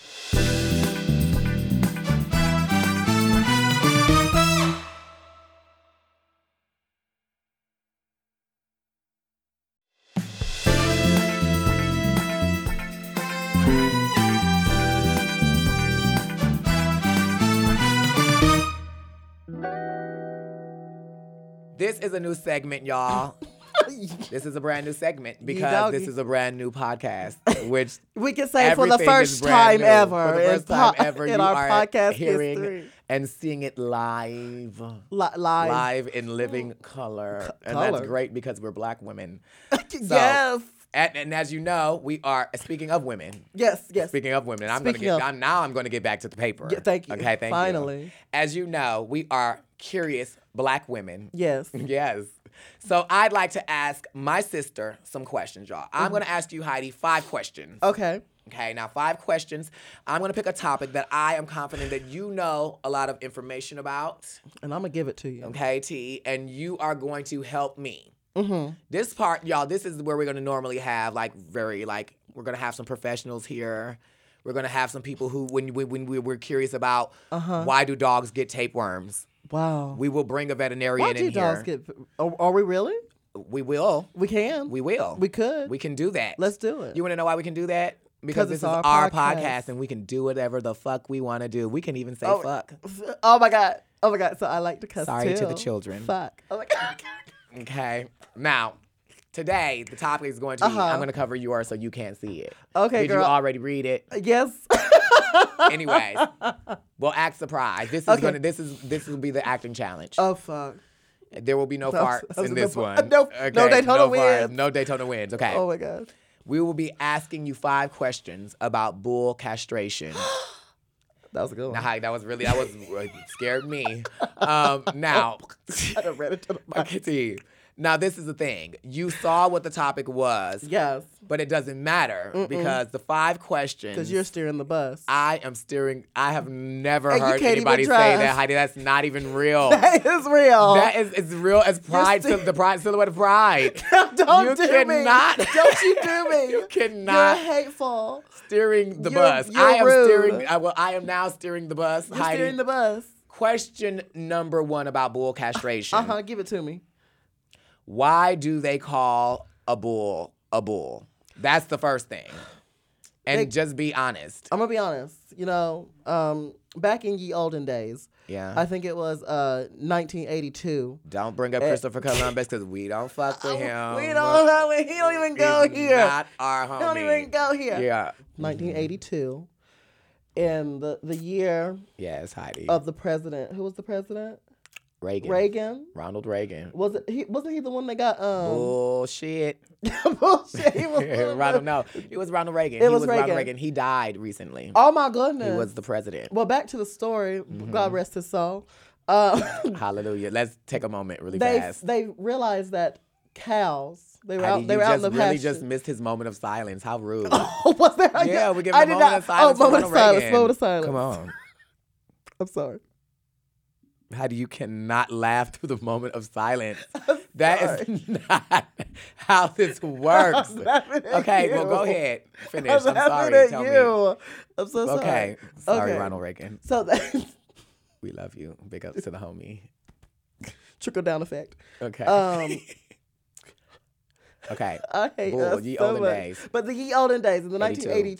[SPEAKER 4] This is a new segment, y'all. this is a brand new segment because
[SPEAKER 5] know,
[SPEAKER 4] this
[SPEAKER 5] you-
[SPEAKER 4] is a brand new podcast, which
[SPEAKER 5] We can say it for the
[SPEAKER 4] everything is
[SPEAKER 5] first
[SPEAKER 4] brand
[SPEAKER 5] time
[SPEAKER 4] new.
[SPEAKER 5] ever.
[SPEAKER 4] For the first
[SPEAKER 5] in
[SPEAKER 4] time
[SPEAKER 5] po-
[SPEAKER 4] ever,
[SPEAKER 5] in
[SPEAKER 4] you
[SPEAKER 5] our
[SPEAKER 4] are
[SPEAKER 5] podcast
[SPEAKER 4] hearing
[SPEAKER 5] history.
[SPEAKER 4] and seeing it live.
[SPEAKER 5] Li- live.
[SPEAKER 4] Live in living color. and
[SPEAKER 5] color.
[SPEAKER 4] that's great because we're black women. So,
[SPEAKER 5] yes.
[SPEAKER 4] And, and as you know, we are speaking of women.
[SPEAKER 5] Yes, yes.
[SPEAKER 4] Speaking of women, I'm going to
[SPEAKER 5] Speaking
[SPEAKER 4] get
[SPEAKER 5] of-
[SPEAKER 4] I'm, now. I'm going to get back to the paper.
[SPEAKER 5] Yeah, thank you.
[SPEAKER 4] Okay, thank you.
[SPEAKER 5] Finally.
[SPEAKER 4] as you know, we are curious Black women.
[SPEAKER 5] Yes.
[SPEAKER 4] Yes. So I'd like to ask my sister some questions, y'all.
[SPEAKER 5] Mm-hmm.
[SPEAKER 4] I'm going to ask you, Heidi, five questions.
[SPEAKER 5] Okay.
[SPEAKER 4] Okay, now five questions. I'm gonna pick a topic that I am confident that you know a lot of information about.
[SPEAKER 5] And I'm going to give it to you.
[SPEAKER 4] Okay, T, and you are going to help me.
[SPEAKER 5] Mm-hmm.
[SPEAKER 4] This part, y'all, this is where we're gonna normally have like very like we're gonna have some professionals here. We're gonna have some people who, when when, when we were curious about
[SPEAKER 5] Uh-huh.
[SPEAKER 4] why do dogs get tapeworms,
[SPEAKER 5] Wow.
[SPEAKER 4] we will bring a veterinarian
[SPEAKER 5] Why
[SPEAKER 4] in
[SPEAKER 5] do dogs
[SPEAKER 4] here.
[SPEAKER 5] get. Are, are we really?
[SPEAKER 4] we will.
[SPEAKER 5] We can.
[SPEAKER 4] We will.
[SPEAKER 5] We could.
[SPEAKER 4] We can do that.
[SPEAKER 5] Let's do it.
[SPEAKER 4] You want to know why we can do that? Because
[SPEAKER 5] 'Cause
[SPEAKER 4] this
[SPEAKER 5] it's
[SPEAKER 4] is
[SPEAKER 5] our
[SPEAKER 4] our,
[SPEAKER 5] podcast.
[SPEAKER 4] podcast. and we can do whatever the fuck we want to do. We can even say
[SPEAKER 5] Oh.
[SPEAKER 4] fuck.
[SPEAKER 5] Oh my god. Oh my god. So I like to cuss
[SPEAKER 4] Sorry to the
[SPEAKER 5] too.
[SPEAKER 4] children.
[SPEAKER 5] Fuck. Oh my god.
[SPEAKER 4] Okay. Now, today, the topic is going to be
[SPEAKER 5] Uh-huh.
[SPEAKER 4] I'm going to cover yours so you can't see it.
[SPEAKER 5] Okay,
[SPEAKER 4] Did
[SPEAKER 5] girl.
[SPEAKER 4] you already read it?
[SPEAKER 5] Yes.
[SPEAKER 4] Anyways, we'll act surprised. This is
[SPEAKER 5] Okay.
[SPEAKER 4] gonna. This is this will be the acting challenge.
[SPEAKER 5] oh fuck.
[SPEAKER 4] there will be no
[SPEAKER 5] That was-
[SPEAKER 4] farts
[SPEAKER 5] that was
[SPEAKER 4] in
[SPEAKER 5] a good
[SPEAKER 4] this
[SPEAKER 5] one.
[SPEAKER 4] one.
[SPEAKER 5] No- no Daytona
[SPEAKER 4] no farts,
[SPEAKER 5] wins.
[SPEAKER 4] No Daytona wins. Okay.
[SPEAKER 5] Oh my god.
[SPEAKER 4] We will be asking you five questions about bull castration.
[SPEAKER 5] That was a good one.
[SPEAKER 4] Now, hi, that was really that was uh, scared me. Um, now,
[SPEAKER 5] I done read it to the
[SPEAKER 4] okay, T. Now this is the thing. You saw what the topic was,
[SPEAKER 5] Yes.
[SPEAKER 4] but it doesn't matter because the five questions.
[SPEAKER 5] Because you're steering the bus.
[SPEAKER 4] I am steering. I have never
[SPEAKER 5] And you
[SPEAKER 4] heard
[SPEAKER 5] can't even
[SPEAKER 4] anybody say
[SPEAKER 5] drive.
[SPEAKER 4] that, Heidi. That's not even real.
[SPEAKER 5] that is real.
[SPEAKER 4] that is as real as pride.
[SPEAKER 5] ste-
[SPEAKER 4] the pride silhouette of pride.
[SPEAKER 5] Don't
[SPEAKER 4] you
[SPEAKER 5] do
[SPEAKER 4] cannot.
[SPEAKER 5] me. Don't you do me.
[SPEAKER 4] you
[SPEAKER 5] You're
[SPEAKER 4] cannot
[SPEAKER 5] hateful.
[SPEAKER 4] steering the
[SPEAKER 5] You're-
[SPEAKER 4] bus.
[SPEAKER 5] you're
[SPEAKER 4] I am
[SPEAKER 5] rude.
[SPEAKER 4] steering. I, well, I am now steering the bus.
[SPEAKER 5] You're
[SPEAKER 4] Heidi.
[SPEAKER 5] steering the bus.
[SPEAKER 4] Question number one about bull castration.
[SPEAKER 5] Uh huh. Give it to me.
[SPEAKER 4] Why do they call a bull a bull? That's the first thing. And
[SPEAKER 5] They-
[SPEAKER 4] just be honest.
[SPEAKER 5] I'm gonna be honest. You know, um, back in ye olden days,
[SPEAKER 4] Yeah.
[SPEAKER 5] I think it was uh 1982.
[SPEAKER 4] don't bring up Christopher Columbus because we don't fuck with him.
[SPEAKER 5] eh. Oh, We don't know. it. He don't even go
[SPEAKER 4] He's
[SPEAKER 5] here.
[SPEAKER 4] Not our homie.
[SPEAKER 5] He don't even go here.
[SPEAKER 4] Yeah.
[SPEAKER 5] 1982, and the the year
[SPEAKER 4] Yes, Heidi.
[SPEAKER 5] of the president. Who was the president?
[SPEAKER 4] Reagan.
[SPEAKER 5] Oh, Reagan.
[SPEAKER 4] Ronald Reagan.
[SPEAKER 5] Was it? He, wasn't he the one that got um?
[SPEAKER 4] Bullshit.
[SPEAKER 5] bullshit. He was the one that-
[SPEAKER 4] Ronald, no. It was Ronald Reagan.
[SPEAKER 5] It
[SPEAKER 4] he
[SPEAKER 5] was
[SPEAKER 4] was Ronald
[SPEAKER 5] Reagan.
[SPEAKER 4] Reagan. He died recently.
[SPEAKER 5] Oh my goodness.
[SPEAKER 4] He was the president.
[SPEAKER 5] Well, back to the story.
[SPEAKER 4] Mm-hmm.
[SPEAKER 5] God rest his soul. Uh,
[SPEAKER 4] Hallelujah. Let's take a moment really
[SPEAKER 5] they
[SPEAKER 4] fast.
[SPEAKER 5] they realized that cows. They were
[SPEAKER 4] Heidi,
[SPEAKER 5] out. They
[SPEAKER 4] you
[SPEAKER 5] were out in
[SPEAKER 4] just
[SPEAKER 5] the
[SPEAKER 4] really
[SPEAKER 5] pasture. Oh,
[SPEAKER 4] just missed his moment of silence. How rude.
[SPEAKER 5] was there? I-
[SPEAKER 4] Yeah, we give
[SPEAKER 5] I
[SPEAKER 4] a
[SPEAKER 5] did
[SPEAKER 4] moment
[SPEAKER 5] not-
[SPEAKER 4] of silence.
[SPEAKER 5] Oh,
[SPEAKER 4] for
[SPEAKER 5] moment of
[SPEAKER 4] Ronald
[SPEAKER 5] silence.
[SPEAKER 4] Reagan.
[SPEAKER 5] Moment of silence.
[SPEAKER 4] Come on.
[SPEAKER 5] I'm sorry.
[SPEAKER 4] How do you cannot laugh through the moment of silence? That is not how this works.
[SPEAKER 5] I'm laughing at
[SPEAKER 4] okay,
[SPEAKER 5] you.
[SPEAKER 4] well, go ahead. Finish.
[SPEAKER 5] I'm
[SPEAKER 4] I'm,
[SPEAKER 5] laughing
[SPEAKER 4] sorry.
[SPEAKER 5] at
[SPEAKER 4] Tell me.
[SPEAKER 5] you. I'm so sorry.
[SPEAKER 4] Okay. Sorry,
[SPEAKER 5] Okay.
[SPEAKER 4] Ronald Reagan.
[SPEAKER 5] So that
[SPEAKER 4] We love you. Big ups to the homie.
[SPEAKER 5] trickle down effect.
[SPEAKER 4] Okay.
[SPEAKER 5] Um,
[SPEAKER 4] okay.
[SPEAKER 5] I hate
[SPEAKER 4] Bull,
[SPEAKER 5] us
[SPEAKER 4] ye
[SPEAKER 5] so
[SPEAKER 4] olden
[SPEAKER 5] much.
[SPEAKER 4] days.
[SPEAKER 5] But the ye olden days in the
[SPEAKER 4] 82.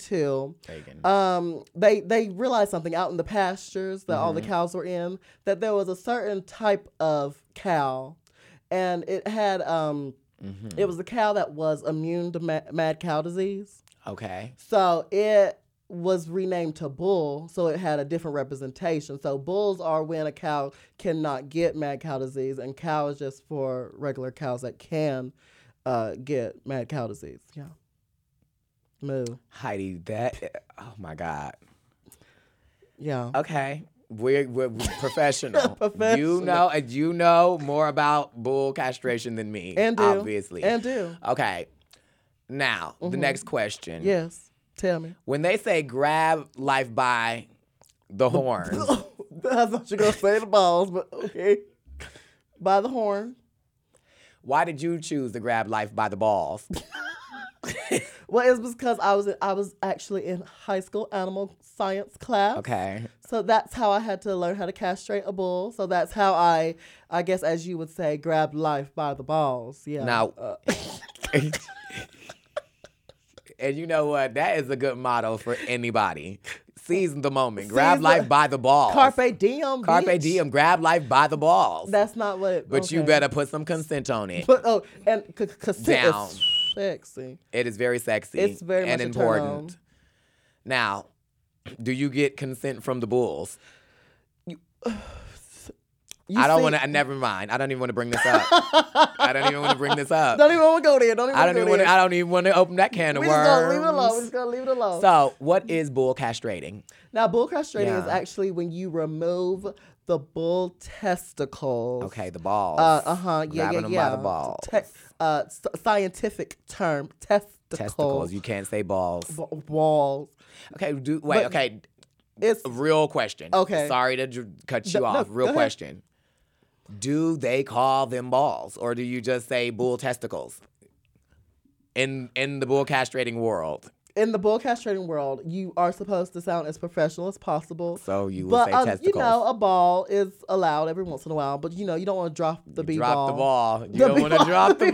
[SPEAKER 5] 1982.
[SPEAKER 4] Reagan.
[SPEAKER 5] um, they they realized something out in the pastures that all
[SPEAKER 4] Mm-hmm.
[SPEAKER 5] the cows were in that there was a certain type of cow, and it had um,
[SPEAKER 4] Mm-hmm.
[SPEAKER 5] it was a cow that was immune to ma- mad cow disease,
[SPEAKER 4] okay.
[SPEAKER 5] so it was renamed to bull, so it had a different representation. So bulls are when a cow cannot get mad cow disease, and cow is just for regular cows that can uh, get mad cow disease. Yeah. Moo.
[SPEAKER 4] Heidi, that, oh my God.
[SPEAKER 5] Yeah.
[SPEAKER 4] Okay. We're, we're, we're professional.
[SPEAKER 5] Professional.
[SPEAKER 4] You know, and you know more about bull castration than me.
[SPEAKER 5] And do.
[SPEAKER 4] obviously.
[SPEAKER 5] And do. Mm-hmm.
[SPEAKER 4] Okay. Now, the next question.
[SPEAKER 5] Yes. Tell me.
[SPEAKER 4] When they say grab life by the horns,
[SPEAKER 5] I thought you were gonna say the balls, but okay. By the horn.
[SPEAKER 4] why did you choose to grab life by the balls?
[SPEAKER 5] Well, it was because I was I was actually in high school animal science class.
[SPEAKER 4] Okay.
[SPEAKER 5] So that's how I had to learn how to castrate a bull. So that's how I, I guess, as you would say, grab life by the balls. Yeah.
[SPEAKER 4] Now,
[SPEAKER 5] uh.
[SPEAKER 4] and you know what? That is a good motto for anybody. seize the moment.
[SPEAKER 5] Seize
[SPEAKER 4] Grab
[SPEAKER 5] the-
[SPEAKER 4] life by the balls.
[SPEAKER 5] Carpe diem.
[SPEAKER 4] Carpe
[SPEAKER 5] bitch.
[SPEAKER 4] diem. Grab life by the balls.
[SPEAKER 5] That's not what. It,
[SPEAKER 4] but you
[SPEAKER 5] okay.
[SPEAKER 4] better put some consent on it.
[SPEAKER 5] But oh, and c- c- consent
[SPEAKER 4] Down.
[SPEAKER 5] is sexy.
[SPEAKER 4] It is very sexy.
[SPEAKER 5] It's very
[SPEAKER 4] and
[SPEAKER 5] much a turn
[SPEAKER 4] important.
[SPEAKER 5] on.
[SPEAKER 4] Now, do you get consent from the bulls?
[SPEAKER 5] You
[SPEAKER 4] I don't
[SPEAKER 5] see-
[SPEAKER 4] want to. Never mind. I don't even want to bring this up. I don't even want to bring this up.
[SPEAKER 5] Don't even want to go there. Don't even.
[SPEAKER 4] I don't even want.
[SPEAKER 5] want
[SPEAKER 4] to. I don't even want to open that can of
[SPEAKER 5] We
[SPEAKER 4] worms.
[SPEAKER 5] just gonna leave it alone. We're just gonna leave it alone.
[SPEAKER 4] So, what is bull castrating?
[SPEAKER 5] now, bull castrating is
[SPEAKER 4] Yeah.
[SPEAKER 5] actually when you remove the bull testicles.
[SPEAKER 4] Okay, the balls.
[SPEAKER 5] Uh huh. Yeah,
[SPEAKER 4] Grabbing
[SPEAKER 5] yeah,
[SPEAKER 4] them
[SPEAKER 5] yeah.
[SPEAKER 4] by the balls.
[SPEAKER 5] Te- uh, s- scientific term testicles.
[SPEAKER 4] Testicles. You can't say balls.
[SPEAKER 5] B- balls.
[SPEAKER 4] Okay. Do wait.
[SPEAKER 5] But-
[SPEAKER 4] okay.
[SPEAKER 5] It's
[SPEAKER 4] Real question.
[SPEAKER 5] Okay.
[SPEAKER 4] Sorry to dr- cut you
[SPEAKER 5] No, no,
[SPEAKER 4] off.
[SPEAKER 5] go
[SPEAKER 4] Real
[SPEAKER 5] ahead.
[SPEAKER 4] question. Do they call them balls, or do you just say bull testicles? In in the bull castrating world,
[SPEAKER 5] in the bull castrating world. You are supposed to sound as professional as possible.
[SPEAKER 4] so you would
[SPEAKER 5] but
[SPEAKER 4] say
[SPEAKER 5] uh, you
[SPEAKER 4] testicles.
[SPEAKER 5] know, a ball is allowed every once in a while. But you know, you don't want to drop the b
[SPEAKER 4] drop
[SPEAKER 5] ball.
[SPEAKER 4] the ball. You
[SPEAKER 5] The
[SPEAKER 4] don't want to
[SPEAKER 5] B-ball.
[SPEAKER 4] drop the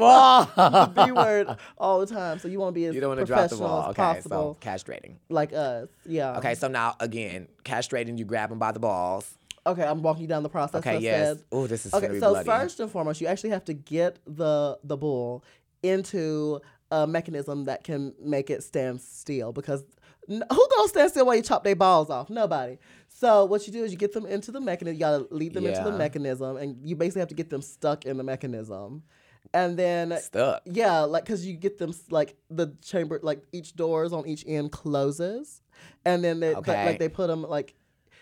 [SPEAKER 4] ball.
[SPEAKER 5] B word all the time, so you want to be as
[SPEAKER 4] you don't want to drop the
[SPEAKER 5] professional
[SPEAKER 4] ball.
[SPEAKER 5] as
[SPEAKER 4] Okay,
[SPEAKER 5] possible,
[SPEAKER 4] so castrating.
[SPEAKER 5] like us. Yeah.
[SPEAKER 4] Okay, so now again, castrating. You grab them by the balls.
[SPEAKER 5] Okay, I'm walking you down the process.
[SPEAKER 4] Okay,
[SPEAKER 5] I
[SPEAKER 4] yes.
[SPEAKER 5] said.
[SPEAKER 4] Oh, this is gonna
[SPEAKER 5] Okay,
[SPEAKER 4] be
[SPEAKER 5] so
[SPEAKER 4] bloody.
[SPEAKER 5] first and foremost, you actually have to get the the bull into a mechanism that can make it stand still because n- who gonna stand still while you chop their balls off? Nobody. So what you do is you get them into the mechanism. You gotta lead them into the
[SPEAKER 4] Yeah.
[SPEAKER 5] mechanism, and you basically have to get them stuck in the mechanism, and then
[SPEAKER 4] stuck.
[SPEAKER 5] Yeah, like because you get them s- like the chamber, like each doors on each end closes, and then they
[SPEAKER 4] Okay.
[SPEAKER 5] like, like they put them like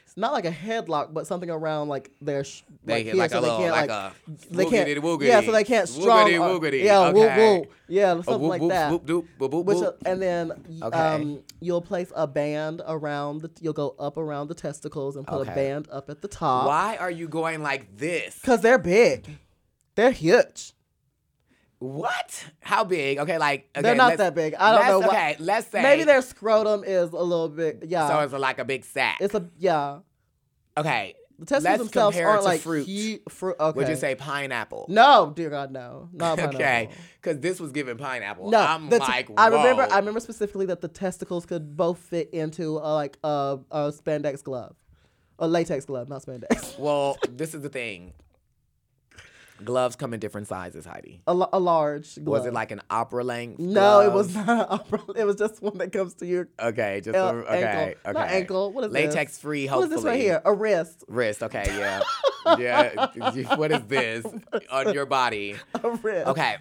[SPEAKER 5] it's not like a headlock, but something around like their sh-
[SPEAKER 4] They
[SPEAKER 5] like,
[SPEAKER 4] get
[SPEAKER 5] here,
[SPEAKER 4] like
[SPEAKER 5] so
[SPEAKER 4] a little-
[SPEAKER 5] they can't
[SPEAKER 4] like
[SPEAKER 5] like,
[SPEAKER 4] a
[SPEAKER 5] they can't
[SPEAKER 4] woogity-woogity.
[SPEAKER 5] yeah, so they can't strong arm-
[SPEAKER 4] Woogity-woogity.
[SPEAKER 5] yeah,
[SPEAKER 4] Okay.
[SPEAKER 5] whoop, whoop, yeah, something
[SPEAKER 4] whoop,
[SPEAKER 5] like
[SPEAKER 4] whoop,
[SPEAKER 5] that.
[SPEAKER 4] whoop, doop, boop, boop,
[SPEAKER 5] Which
[SPEAKER 4] boop.
[SPEAKER 5] uh, and then y-
[SPEAKER 4] Okay.
[SPEAKER 5] um, you'll place a band around the you'll go up around the testicles and put
[SPEAKER 4] Okay.
[SPEAKER 5] a band up at the top.
[SPEAKER 4] Why are you going like this?
[SPEAKER 5] Cause they're big, they're huge.
[SPEAKER 4] What? How big? Okay, like okay,
[SPEAKER 5] They're not
[SPEAKER 4] let's-
[SPEAKER 5] that big. I don't
[SPEAKER 4] let's-
[SPEAKER 5] know why-
[SPEAKER 4] Okay, let's say
[SPEAKER 5] Maybe their scrotum is a little bit yeah.
[SPEAKER 4] so it's like a big sack.
[SPEAKER 5] It's a yeah.
[SPEAKER 4] okay.
[SPEAKER 5] The testicles
[SPEAKER 4] let's
[SPEAKER 5] themselves
[SPEAKER 4] compare it
[SPEAKER 5] aren't
[SPEAKER 4] to
[SPEAKER 5] like
[SPEAKER 4] fruit.
[SPEAKER 5] hu- fruit. Okay.
[SPEAKER 4] Would you say pineapple?
[SPEAKER 5] no? Dear God, no. Not
[SPEAKER 4] Okay,
[SPEAKER 5] pineapple.
[SPEAKER 4] because this was given pineapple.
[SPEAKER 5] No,
[SPEAKER 4] I'm
[SPEAKER 5] the t-
[SPEAKER 4] like,
[SPEAKER 5] I remember.
[SPEAKER 4] whoa.
[SPEAKER 5] I remember specifically that the testicles could both fit into a, like a, a spandex glove, a latex glove, not spandex.
[SPEAKER 4] Well, this is the thing. Gloves come in different sizes, Heidi.
[SPEAKER 5] A, la- a large glove.
[SPEAKER 4] Was it like an opera length?
[SPEAKER 5] No, it was
[SPEAKER 4] glove?
[SPEAKER 5] not. opera- It was just one that comes to your
[SPEAKER 4] Okay, just
[SPEAKER 5] el-
[SPEAKER 4] a- okay,
[SPEAKER 5] ankle.
[SPEAKER 4] okay.
[SPEAKER 5] Not ankle. What is this?
[SPEAKER 4] latex free?
[SPEAKER 5] What
[SPEAKER 4] Hopefully,
[SPEAKER 5] is this right here? A wrist.
[SPEAKER 4] Wrist. Okay, yeah, yeah. you- what is this on your body?
[SPEAKER 5] A wrist.
[SPEAKER 4] Okay,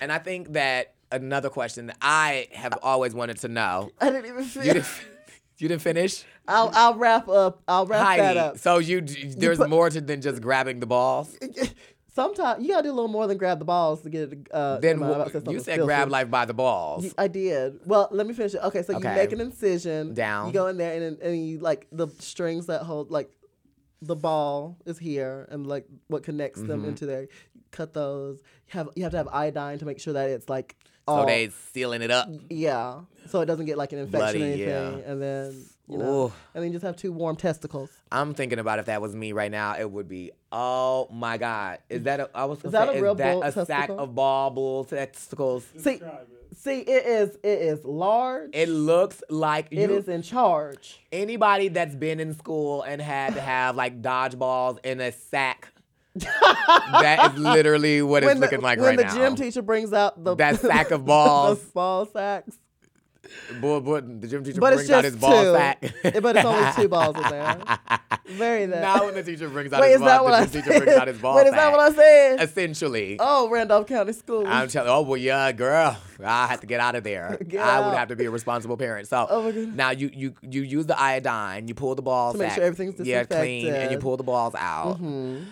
[SPEAKER 4] and I think that another question that I have always wanted to know.
[SPEAKER 5] I didn't even feel.
[SPEAKER 4] You didn't, you didn't finish,
[SPEAKER 5] I'll, I'll wrap up. I'll wrap that up.
[SPEAKER 4] Heidi. So you d- there's
[SPEAKER 5] put-
[SPEAKER 4] more to than just grabbing the balls.
[SPEAKER 5] Sometimes you gotta do a little more than grab the balls to get it. Uh,
[SPEAKER 4] Then
[SPEAKER 5] never mind, I
[SPEAKER 4] wh-
[SPEAKER 5] was about to say
[SPEAKER 4] you
[SPEAKER 5] something
[SPEAKER 4] said grab
[SPEAKER 5] filthy.
[SPEAKER 4] life by the balls.
[SPEAKER 5] You- I did. Well, let me finish it. Okay, so
[SPEAKER 4] Okay.
[SPEAKER 5] you make an incision
[SPEAKER 4] Down.
[SPEAKER 5] You go in there and then- and you like the strings that hold like the ball is here and like what connects
[SPEAKER 4] Mm-hmm.
[SPEAKER 5] them into there. You cut those. You have you have to have iodine to make sure that it's like all
[SPEAKER 4] so they sealing it up.
[SPEAKER 5] yeah, so it doesn't get like an infection or
[SPEAKER 4] Bloody,
[SPEAKER 5] anything.
[SPEAKER 4] yeah.
[SPEAKER 5] And then you know,
[SPEAKER 4] Ooh.
[SPEAKER 5] and then you just have two warm testicles.
[SPEAKER 4] I'm thinking about if that was me right now, it would be, oh my God. Is that a, I was gonna
[SPEAKER 5] Is that
[SPEAKER 4] say,
[SPEAKER 5] a real
[SPEAKER 4] is that
[SPEAKER 5] bull
[SPEAKER 4] a sack
[SPEAKER 5] testicle?
[SPEAKER 4] of ball bull testicles?
[SPEAKER 5] See, see, it is it is large.
[SPEAKER 4] It looks like
[SPEAKER 5] it
[SPEAKER 4] you,
[SPEAKER 5] is in charge.
[SPEAKER 4] anybody that's been in school and had to have like dodgeballs in a sack. that is literally what it's looking like right
[SPEAKER 5] when the
[SPEAKER 4] now.
[SPEAKER 5] gym teacher brings out the
[SPEAKER 4] That sack of balls.
[SPEAKER 5] the ball sacks.
[SPEAKER 4] Bull- bull- the gym teacher
[SPEAKER 5] But
[SPEAKER 4] brings
[SPEAKER 5] it's
[SPEAKER 4] out
[SPEAKER 5] just
[SPEAKER 4] his ball
[SPEAKER 5] two.
[SPEAKER 4] sack.
[SPEAKER 5] It- but it's only two balls in there. Very that.
[SPEAKER 4] now when the teacher brings out
[SPEAKER 5] Wait,
[SPEAKER 4] his
[SPEAKER 5] is that
[SPEAKER 4] ball,
[SPEAKER 5] what
[SPEAKER 4] the
[SPEAKER 5] I
[SPEAKER 4] gym teacher brings out his
[SPEAKER 5] said?
[SPEAKER 4] ball
[SPEAKER 5] Wait,
[SPEAKER 4] sack.
[SPEAKER 5] is that what I said?
[SPEAKER 4] Essentially.
[SPEAKER 5] Oh, Randolph County School.
[SPEAKER 4] I'm telling. Oh well, yeah, girl. I have to get out of there.
[SPEAKER 5] Get
[SPEAKER 4] I would
[SPEAKER 5] out.
[SPEAKER 4] have to be a responsible parent. So
[SPEAKER 5] Oh, my goodness.
[SPEAKER 4] now you you you use the iodine. You pull the balls
[SPEAKER 5] To make
[SPEAKER 4] out,
[SPEAKER 5] sure everything's
[SPEAKER 4] yeah clean, and you
[SPEAKER 5] disinfected.
[SPEAKER 4] pull the balls out.
[SPEAKER 5] Mhm.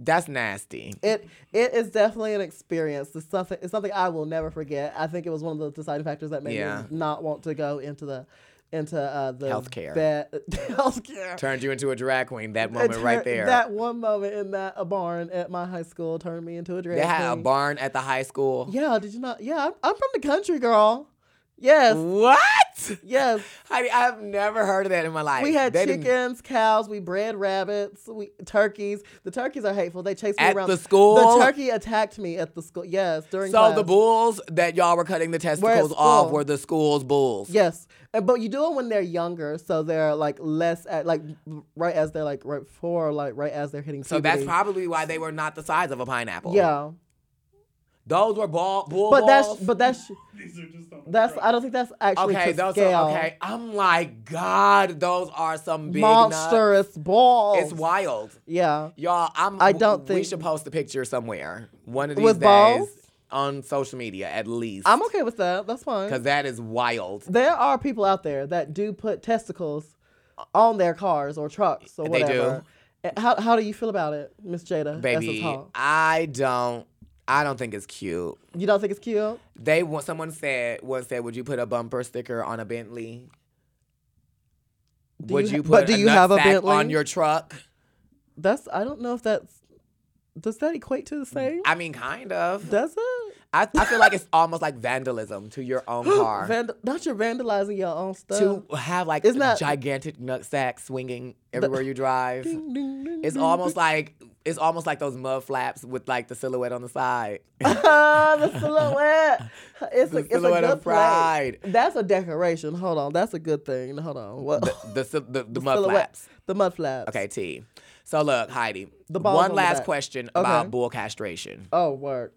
[SPEAKER 4] That's nasty.
[SPEAKER 5] It it is definitely an experience. It's something it's something I will never forget. I think it was one of the deciding factors that made
[SPEAKER 4] Yeah.
[SPEAKER 5] me not want to go into the into uh, the
[SPEAKER 4] Healthcare.
[SPEAKER 5] vet- healthcare.
[SPEAKER 4] Turned you into a drag queen. That moment
[SPEAKER 5] It
[SPEAKER 4] right
[SPEAKER 5] turned-
[SPEAKER 4] there.
[SPEAKER 5] That one moment in that a barn at my high school turned me into a drag
[SPEAKER 4] they had a
[SPEAKER 5] queen.
[SPEAKER 4] barn at the high school.
[SPEAKER 5] Yeah, did you not? Yeah, I'm, I'm from the country, girl. Yes,
[SPEAKER 4] What? What?
[SPEAKER 5] Yes.
[SPEAKER 4] Heidi, I've never heard of that in my life.
[SPEAKER 5] We had
[SPEAKER 4] They didn't-
[SPEAKER 5] chickens, cows, we bred rabbits, we turkeys. The turkeys are hateful. They chase me
[SPEAKER 4] At
[SPEAKER 5] around
[SPEAKER 4] the school?
[SPEAKER 5] The turkey attacked me at the school. Yes, during
[SPEAKER 4] So
[SPEAKER 5] class.
[SPEAKER 4] the bulls that y'all were cutting the testicles
[SPEAKER 5] school.
[SPEAKER 4] off were the school's bulls.
[SPEAKER 5] Yes, Uh, but you do it when they're younger, so they're like less at like right as they're like right before, like right as they're hitting.
[SPEAKER 4] So that's
[SPEAKER 5] puberty.
[SPEAKER 4] probably why they were not the size of a pineapple.
[SPEAKER 5] yeah.
[SPEAKER 4] Those were ball bull
[SPEAKER 5] But that's
[SPEAKER 4] balls.
[SPEAKER 5] but that's that's I don't think that's actually
[SPEAKER 4] okay,
[SPEAKER 5] to
[SPEAKER 4] those
[SPEAKER 5] scale.
[SPEAKER 4] are okay. I'm like, God, those are some big nuts.
[SPEAKER 5] monstrous balls.
[SPEAKER 4] It's wild.
[SPEAKER 5] Yeah.
[SPEAKER 4] Y'all, I'm
[SPEAKER 5] I don't
[SPEAKER 4] we
[SPEAKER 5] think-
[SPEAKER 4] should post a picture somewhere. One of these
[SPEAKER 5] With
[SPEAKER 4] days
[SPEAKER 5] balls?
[SPEAKER 4] on social media at least.
[SPEAKER 5] I'm okay with that. That's fine.
[SPEAKER 4] Cause that is wild.
[SPEAKER 5] There are people out there that do put testicles on their cars or trucks or
[SPEAKER 4] They do.
[SPEAKER 5] whatever. Uh, How how do you feel about it, Miss Jada? Essence
[SPEAKER 4] Baby,
[SPEAKER 5] Hall?
[SPEAKER 4] I don't I don't think it's cute.
[SPEAKER 5] you don't think it's cute?
[SPEAKER 4] They want someone said once said, "Would you put a bumper sticker on a Bentley? Would
[SPEAKER 5] you
[SPEAKER 4] you,
[SPEAKER 5] ha-
[SPEAKER 4] put
[SPEAKER 5] but do you have a
[SPEAKER 4] nutsack
[SPEAKER 5] Bentley?
[SPEAKER 4] on your truck?"
[SPEAKER 5] That's I don't know if that's does that equate to the same?
[SPEAKER 4] Mm. I mean, kind of.
[SPEAKER 5] does it?
[SPEAKER 4] I, I feel like it's almost like vandalism to your own car
[SPEAKER 5] Vandal- not you're vandalizing your own stuff.
[SPEAKER 4] to have like
[SPEAKER 5] It's not-
[SPEAKER 4] gigantic nutsack swinging everywhere you drive.
[SPEAKER 5] Ding, ding, ding,
[SPEAKER 4] It's
[SPEAKER 5] ding,
[SPEAKER 4] almost like it's almost like those mud flaps with like the silhouette on the side.
[SPEAKER 5] Ah, the silhouette. It's
[SPEAKER 4] The
[SPEAKER 5] a, it's a
[SPEAKER 4] silhouette
[SPEAKER 5] good
[SPEAKER 4] of
[SPEAKER 5] play.
[SPEAKER 4] pride.
[SPEAKER 5] That's a decoration. Hold on, that's a good thing. Hold on, what?
[SPEAKER 4] the sil- the, the, mud
[SPEAKER 5] silhouette.
[SPEAKER 4] flaps.
[SPEAKER 5] The mud flaps.
[SPEAKER 4] Okay, T. So look, Heidi.
[SPEAKER 5] The balls on
[SPEAKER 4] one
[SPEAKER 5] the
[SPEAKER 4] last
[SPEAKER 5] back.
[SPEAKER 4] question
[SPEAKER 5] Okay.
[SPEAKER 4] about bull castration.
[SPEAKER 5] Oh, work.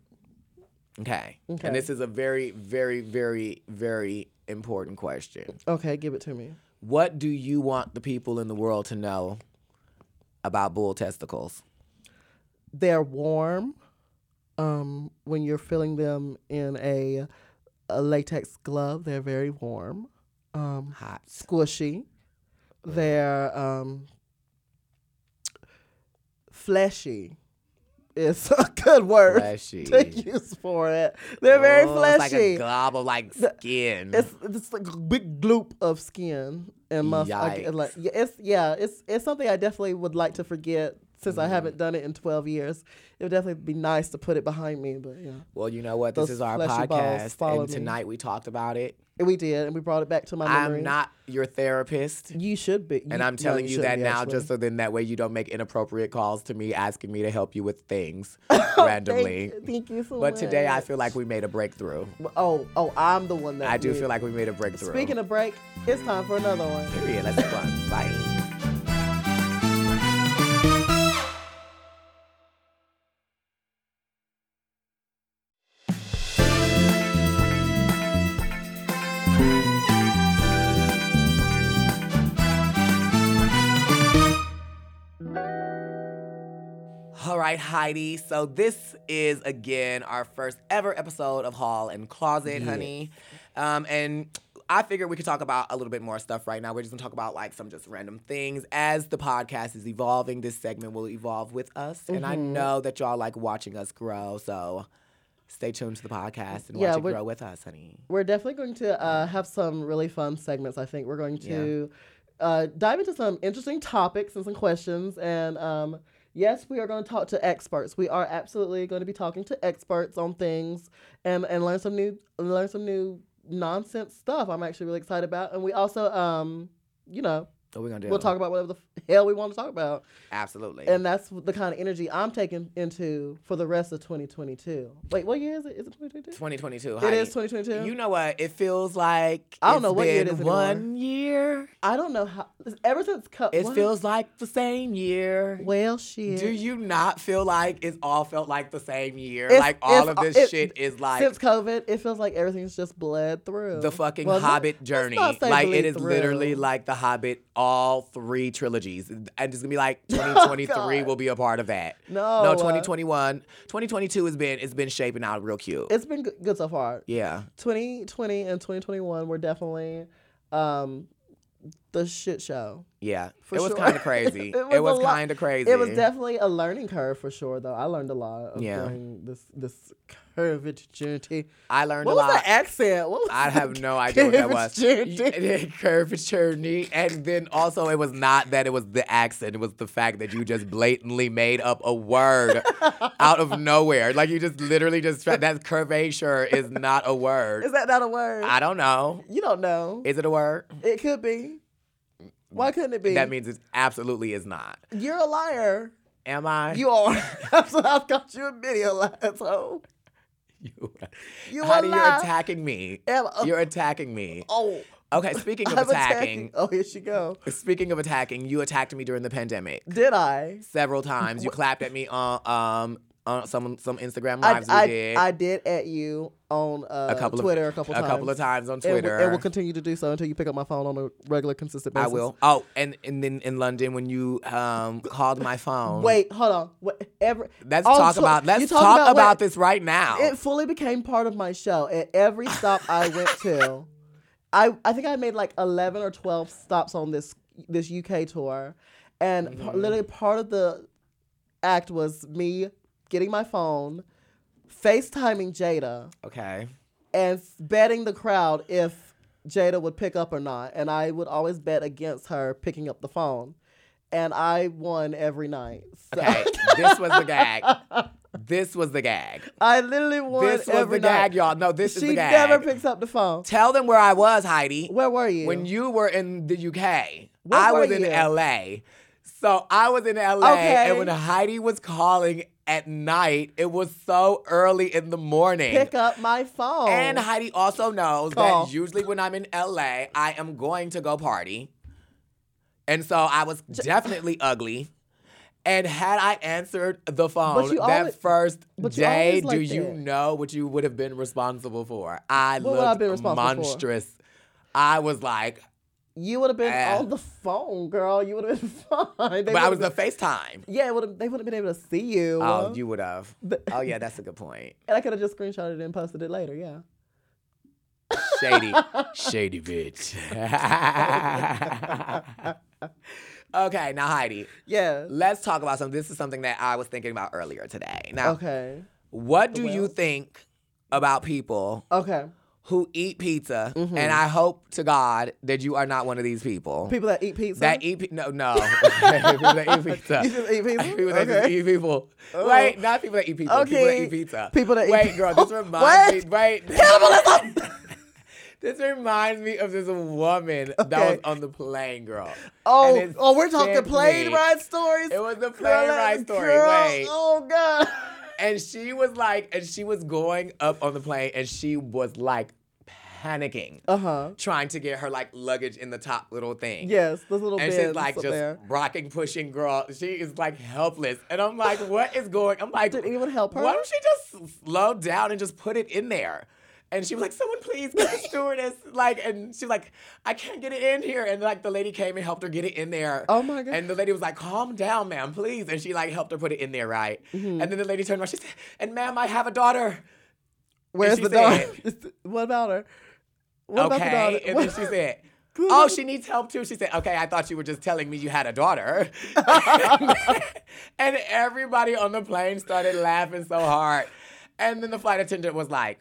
[SPEAKER 4] Okay.
[SPEAKER 5] Okay.
[SPEAKER 4] And this is a very, very, very, very important question.
[SPEAKER 5] Okay, give it to me.
[SPEAKER 4] What do you want the people in the world to know about bull testicles?
[SPEAKER 5] They're warm. Um, when you're filling them in a, a latex glove, they're very warm. Um,
[SPEAKER 4] Hot.
[SPEAKER 5] squishy. They're um, fleshy. It's a good word
[SPEAKER 4] Fleshy.
[SPEAKER 5] to use for it. They're very
[SPEAKER 4] Oh,
[SPEAKER 5] fleshy.
[SPEAKER 4] It's like a glob of like
[SPEAKER 5] The-
[SPEAKER 4] skin.
[SPEAKER 5] It's it's like a big gloop of skin and muscle. I get- like, yeah, it's yeah, it's it's something I definitely would like to forget since I
[SPEAKER 4] Mm.
[SPEAKER 5] haven't done it in twelve years. It would definitely be nice to put it behind me, but yeah,
[SPEAKER 4] well, you know what? This
[SPEAKER 5] those
[SPEAKER 4] is our
[SPEAKER 5] fleshy balls
[SPEAKER 4] podcast.
[SPEAKER 5] follow
[SPEAKER 4] And
[SPEAKER 5] me.
[SPEAKER 4] tonight we talked about it.
[SPEAKER 5] And we did, and we brought it back to my memory.
[SPEAKER 4] I'm not your therapist.
[SPEAKER 5] You should be.
[SPEAKER 4] And
[SPEAKER 5] You-
[SPEAKER 4] I'm
[SPEAKER 5] no,
[SPEAKER 4] telling you
[SPEAKER 5] shouldn't
[SPEAKER 4] that
[SPEAKER 5] be,
[SPEAKER 4] now
[SPEAKER 5] actually.
[SPEAKER 4] just so then that way you don't make inappropriate calls to me asking me to help you with things randomly.
[SPEAKER 5] Oh, Thank, thank you so much.
[SPEAKER 4] But today I feel like we made a breakthrough.
[SPEAKER 5] Oh, oh, I'm the one that
[SPEAKER 4] I do
[SPEAKER 5] did.
[SPEAKER 4] feel like we made a breakthrough.
[SPEAKER 5] Speaking of break, it's time for another one.
[SPEAKER 4] period, let's have fun. Bye. All right, Heidi. So this is again our first ever episode of Hall and Closet, honey. Um, and I figured we could talk about a little bit more stuff right now. We're just gonna talk about like some just random things as the podcast is evolving. This segment will evolve with us, and I
[SPEAKER 5] Mm-hmm.
[SPEAKER 4] know that y'all like watching us grow. So stay tuned to the podcast and
[SPEAKER 5] Yeah,
[SPEAKER 4] watch it
[SPEAKER 5] we're-
[SPEAKER 4] grow with us, honey.
[SPEAKER 5] We're definitely going to uh, have some really fun segments. I think we're going to uh, dive into some interesting topics and some questions. And um, yes, we are going to talk to experts. We are absolutely going to be talking to experts on things and and learn some new learn some new nonsense stuff. I'm actually really excited about. And we also, um, you know,
[SPEAKER 4] What we gonna do?
[SPEAKER 5] we'll talk about whatever the f- hell we want to talk about.
[SPEAKER 4] absolutely.
[SPEAKER 5] And that's the kind of energy I'm taking into for the rest of 2022. Wait, what year is it? Is it 2022?
[SPEAKER 4] 2022.
[SPEAKER 5] It
[SPEAKER 4] Heidi.
[SPEAKER 5] is 2022.
[SPEAKER 4] You know what? It feels like
[SPEAKER 5] I don't
[SPEAKER 4] it's
[SPEAKER 5] know what year it
[SPEAKER 4] been
[SPEAKER 5] is anymore.
[SPEAKER 4] One year.
[SPEAKER 5] I don't know how. Ever since co-
[SPEAKER 4] It
[SPEAKER 5] what?
[SPEAKER 4] feels like the same year.
[SPEAKER 5] well shit.
[SPEAKER 4] Do you not feel like it's all felt like the same year?
[SPEAKER 5] It's-
[SPEAKER 4] like all
[SPEAKER 5] it's-
[SPEAKER 4] of this
[SPEAKER 5] it-
[SPEAKER 4] shit is like
[SPEAKER 5] since COVID, it feels like everything's just bled through
[SPEAKER 4] the fucking
[SPEAKER 5] Well, let-
[SPEAKER 4] Hobbit
[SPEAKER 5] let's
[SPEAKER 4] journey.
[SPEAKER 5] not say
[SPEAKER 4] Like it
[SPEAKER 5] bleed
[SPEAKER 4] is
[SPEAKER 5] through.
[SPEAKER 4] literally like the Hobbit, all three trilogies, and it's gonna be like 2023
[SPEAKER 5] Oh, God.
[SPEAKER 4] will be a part of that.
[SPEAKER 5] No,
[SPEAKER 4] no,
[SPEAKER 5] uh,
[SPEAKER 4] 2021, 2022 has been it's been shaping out real cute.
[SPEAKER 5] It's been good, good so far.
[SPEAKER 4] yeah,
[SPEAKER 5] 2020 and 2021 were definitely um, a shit show.
[SPEAKER 4] Yeah,
[SPEAKER 5] For
[SPEAKER 4] it was
[SPEAKER 5] sure.
[SPEAKER 4] kind of crazy.
[SPEAKER 5] It
[SPEAKER 4] it
[SPEAKER 5] was a
[SPEAKER 4] was,
[SPEAKER 5] lot-
[SPEAKER 4] kind of crazy.
[SPEAKER 5] It was definitely a learning curve for sure, though. I learned a lot of
[SPEAKER 4] Yeah.
[SPEAKER 5] during this this curvaturity.
[SPEAKER 4] I learned
[SPEAKER 5] What
[SPEAKER 4] a
[SPEAKER 5] was
[SPEAKER 4] lot.
[SPEAKER 5] that accent? What was
[SPEAKER 4] I
[SPEAKER 5] that
[SPEAKER 4] have no idea what that was.
[SPEAKER 5] curvaturity?
[SPEAKER 4] Y- Curvature knee. And then also, it was not that it was the accent. It was the fact that you just blatantly made up a word out of nowhere. Like you just literally just tried, that curvature is not a word.
[SPEAKER 5] Is that not a word?
[SPEAKER 4] I don't know.
[SPEAKER 5] you don't know. It,
[SPEAKER 4] Is it a word?
[SPEAKER 5] could be. Why couldn't it be?
[SPEAKER 4] That means it absolutely is not.
[SPEAKER 5] you're a liar.
[SPEAKER 4] Am I?
[SPEAKER 5] You are. That's what I've got you a video lies, so
[SPEAKER 4] You-
[SPEAKER 5] You
[SPEAKER 4] Honey,
[SPEAKER 5] a
[SPEAKER 4] you're
[SPEAKER 5] liar.
[SPEAKER 4] attacking me.
[SPEAKER 5] Am I-
[SPEAKER 4] You're attacking me.
[SPEAKER 5] Oh,
[SPEAKER 4] Okay, speaking of
[SPEAKER 5] I'm
[SPEAKER 4] attacking,
[SPEAKER 5] Oh, here she go.
[SPEAKER 4] speaking of attacking, you attacked me during the pandemic.
[SPEAKER 5] Did I?
[SPEAKER 4] several times. You clapped at me on um on some some Instagram
[SPEAKER 5] I,
[SPEAKER 4] lives
[SPEAKER 5] I,
[SPEAKER 4] we did.
[SPEAKER 5] I did at you on uh,
[SPEAKER 4] a couple
[SPEAKER 5] Twitter
[SPEAKER 4] of,
[SPEAKER 5] a couple
[SPEAKER 4] a
[SPEAKER 5] times.
[SPEAKER 4] couple of times on
[SPEAKER 5] It will-
[SPEAKER 4] Twitter.
[SPEAKER 5] It will, continue to do so until you pick up my phone on a regular, consistent
[SPEAKER 4] I
[SPEAKER 5] basis.
[SPEAKER 4] will. Oh, and and then in London when you um called my phone.
[SPEAKER 5] Wait, hold on. What, every,
[SPEAKER 4] Let's
[SPEAKER 5] on
[SPEAKER 4] talk
[SPEAKER 5] Twi-
[SPEAKER 4] about
[SPEAKER 5] you
[SPEAKER 4] let's
[SPEAKER 5] talking
[SPEAKER 4] talk about,
[SPEAKER 5] what-
[SPEAKER 4] this right now.
[SPEAKER 5] It fully became part of my show. At every stop I went to, I I think I made like eleven or twelve stops on this this UK tour, and par-
[SPEAKER 4] Mm.
[SPEAKER 5] literally part of the act was me getting my phone, FaceTiming Jada,
[SPEAKER 4] okay.
[SPEAKER 5] and s- betting the crowd if Jada would pick up or not, and I would always bet against her picking up the phone, and I won every night. So
[SPEAKER 4] Okay. this was the gag. This was the gag.
[SPEAKER 5] I literally won
[SPEAKER 4] This was
[SPEAKER 5] every
[SPEAKER 4] the
[SPEAKER 5] night.
[SPEAKER 4] gag, y'all. No, this
[SPEAKER 5] she
[SPEAKER 4] is the gag.
[SPEAKER 5] never picks up the phone.
[SPEAKER 4] Tell them where I was, Heidi.
[SPEAKER 5] Where were you?
[SPEAKER 4] When you were in the UK,
[SPEAKER 5] Where
[SPEAKER 4] I
[SPEAKER 5] were
[SPEAKER 4] was in
[SPEAKER 5] you?
[SPEAKER 4] LA. So I was in LA,
[SPEAKER 5] Okay.
[SPEAKER 4] and when Heidi was calling at night, it was so early in the morning.
[SPEAKER 5] pick up my phone.
[SPEAKER 4] and Heidi also knows
[SPEAKER 5] Call.
[SPEAKER 4] that usually when I'm in LA, I am going to go party. And so I was definitely ugly. And had I answered the phone
[SPEAKER 5] you
[SPEAKER 4] that
[SPEAKER 5] always-
[SPEAKER 4] first
[SPEAKER 5] but you
[SPEAKER 4] day,
[SPEAKER 5] always like
[SPEAKER 4] do you
[SPEAKER 5] that.
[SPEAKER 4] know what you would have been responsible for? I
[SPEAKER 5] What would I
[SPEAKER 4] looked
[SPEAKER 5] have been responsible for?
[SPEAKER 4] monstrous. I was like,
[SPEAKER 5] you would have been
[SPEAKER 4] Ah.
[SPEAKER 5] on the phone, girl. You would have been fine. They
[SPEAKER 4] but I
[SPEAKER 5] would've
[SPEAKER 4] was the
[SPEAKER 5] been,
[SPEAKER 4] FaceTime.
[SPEAKER 5] yeah. It would've, they wouldn't have been able to see you.
[SPEAKER 4] Oh, you would have.
[SPEAKER 5] But-
[SPEAKER 4] Oh yeah, that's a good point.
[SPEAKER 5] and I could have just screenshotted it and posted it later. Yeah.
[SPEAKER 4] Shady, shady bitch. okay, now Heidi,
[SPEAKER 5] Yeah.
[SPEAKER 4] let's talk about something. This is something that I was thinking about earlier today. Now,
[SPEAKER 5] Okay.
[SPEAKER 4] what do you
[SPEAKER 5] Well.
[SPEAKER 4] think about people
[SPEAKER 5] Okay.
[SPEAKER 4] who eat pizza? And I hope to God that you are not one of these people.
[SPEAKER 5] Mm-hmm. People that eat pizza.
[SPEAKER 4] that eat pi- no no people that eat pizza.
[SPEAKER 5] You just eat pizza?
[SPEAKER 4] People that just
[SPEAKER 5] Okay. Oh.
[SPEAKER 4] eat people. Wait, not people that eat pizza. People that
[SPEAKER 5] Okay.
[SPEAKER 4] eat pizza.
[SPEAKER 5] People that eat
[SPEAKER 4] Wait, girl, this
[SPEAKER 5] people.
[SPEAKER 4] reminds me.
[SPEAKER 5] What?
[SPEAKER 4] Wait. this reminds me of this woman that was
[SPEAKER 5] Okay.
[SPEAKER 4] on the plane, girl.
[SPEAKER 5] oh,
[SPEAKER 4] And it
[SPEAKER 5] oh, we're talking
[SPEAKER 4] sent
[SPEAKER 5] plane
[SPEAKER 4] me-
[SPEAKER 5] ride stories.
[SPEAKER 4] It was the
[SPEAKER 5] Girl,
[SPEAKER 4] plane ride story.
[SPEAKER 5] girl,
[SPEAKER 4] Wait.
[SPEAKER 5] Oh God.
[SPEAKER 4] And she was like, and she was going up on the plane, and she was like panicking,
[SPEAKER 5] Uh huh.
[SPEAKER 4] trying to get her like luggage in the top little thing.
[SPEAKER 5] Yes, those little
[SPEAKER 4] and
[SPEAKER 5] bins
[SPEAKER 4] she's like
[SPEAKER 5] up
[SPEAKER 4] just
[SPEAKER 5] there.
[SPEAKER 4] rocking, pushing, girl. She is like helpless, and I'm like, what is going? I'm like,
[SPEAKER 5] Did anyone help her?
[SPEAKER 4] Why don't she just slow down and just put it in there? And she was like, someone please get the stewardess. Like, and she's like, I can't get it in here. And like the lady came and helped her get it in there.
[SPEAKER 5] Oh, my God.
[SPEAKER 4] And the lady was like, calm down, ma'am, please. And she like helped her put it in there, right?
[SPEAKER 5] Mm-hmm.
[SPEAKER 4] And then the lady turned around, she said, and ma'am, I have a daughter.
[SPEAKER 5] Where's
[SPEAKER 4] she
[SPEAKER 5] the dog? what about her? What about the dog?
[SPEAKER 4] okay. And then she said, Oh, she needs help too. She said, Okay, I thought you were just telling me you had a daughter. and everybody on the plane started laughing so hard. And then the flight attendant was like,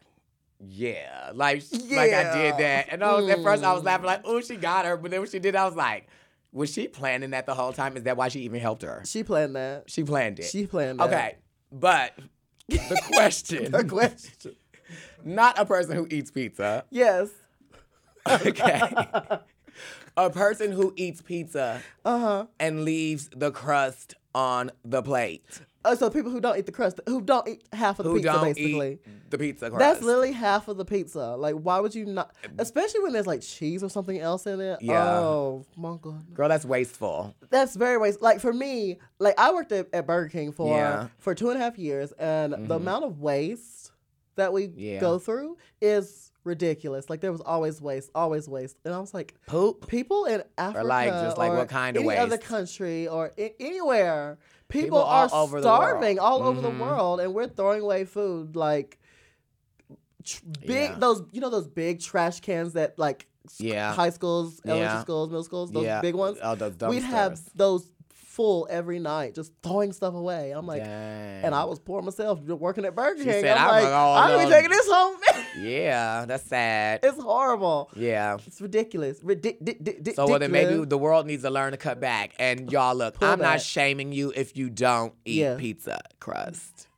[SPEAKER 4] yeah, like like I did
[SPEAKER 5] Yeah. Mm.
[SPEAKER 4] that, and I was, at first I was laughing like, oh, she got her, but then when she did, I was like, was she planning that the whole time? Is that why she even helped her?
[SPEAKER 5] She planned that.
[SPEAKER 4] She planned it.
[SPEAKER 5] She planned that.
[SPEAKER 4] okay, but the question,
[SPEAKER 5] The question.
[SPEAKER 4] not a person who eats pizza,
[SPEAKER 5] Yes.
[SPEAKER 4] Okay. a person who eats pizza
[SPEAKER 5] Uh-huh.
[SPEAKER 4] and leaves the crust on the plate.
[SPEAKER 5] Oh, so people who don't eat the crust, who don't eat half of the
[SPEAKER 4] Who
[SPEAKER 5] pizza,
[SPEAKER 4] don't
[SPEAKER 5] basically.
[SPEAKER 4] eat the pizza crust. Um,
[SPEAKER 5] That's literally half of the pizza. Like, why would you not? Especially when there's like cheese or something else in it.
[SPEAKER 4] Yeah.
[SPEAKER 5] Oh my god.
[SPEAKER 4] Girl, that's wasteful.
[SPEAKER 5] That's very waste. Like for me, like I worked at, at Burger King for
[SPEAKER 4] Yeah. Mm-hmm.
[SPEAKER 5] for two and a half years, and the amount of waste that we
[SPEAKER 4] Yeah.
[SPEAKER 5] go through is ridiculous. Like there was always waste, always waste, and I was like,
[SPEAKER 4] Poop.
[SPEAKER 5] people in Africa,
[SPEAKER 4] like, just like
[SPEAKER 5] or
[SPEAKER 4] what kind of
[SPEAKER 5] any other
[SPEAKER 4] waste?
[SPEAKER 5] country or I- anywhere, people,
[SPEAKER 4] People all
[SPEAKER 5] are
[SPEAKER 4] over the world.
[SPEAKER 5] starving all over the
[SPEAKER 4] Mhm.
[SPEAKER 5] world, and we're throwing away food like tr- big
[SPEAKER 4] Yeah.
[SPEAKER 5] those you know those big trash cans that like s-
[SPEAKER 4] Yeah.
[SPEAKER 5] high schools, elementary
[SPEAKER 4] Yeah.
[SPEAKER 5] schools, middle schools, those
[SPEAKER 4] Yeah.
[SPEAKER 5] big ones.
[SPEAKER 4] Oh, those
[SPEAKER 5] We'd have
[SPEAKER 4] dumpsters.
[SPEAKER 5] those full every night, just throwing stuff away. I'm like, and I was poor myself working at Burger
[SPEAKER 4] She
[SPEAKER 5] King.
[SPEAKER 4] said,
[SPEAKER 5] I'm
[SPEAKER 4] "I'm
[SPEAKER 5] like,
[SPEAKER 4] like, oh,
[SPEAKER 5] I'm gonna
[SPEAKER 4] no."
[SPEAKER 5] be taking this home.
[SPEAKER 4] Yeah, that's sad.
[SPEAKER 5] it's horrible.
[SPEAKER 4] yeah.
[SPEAKER 5] It's ridiculous. Ridic- di- di- di-
[SPEAKER 4] So well, then maybe
[SPEAKER 5] ridiculous.
[SPEAKER 4] the world needs to learn to cut back. And y'all, look,
[SPEAKER 5] Pull
[SPEAKER 4] I'm
[SPEAKER 5] back.
[SPEAKER 4] not shaming you if you don't eat
[SPEAKER 5] Yeah.
[SPEAKER 4] pizza crust.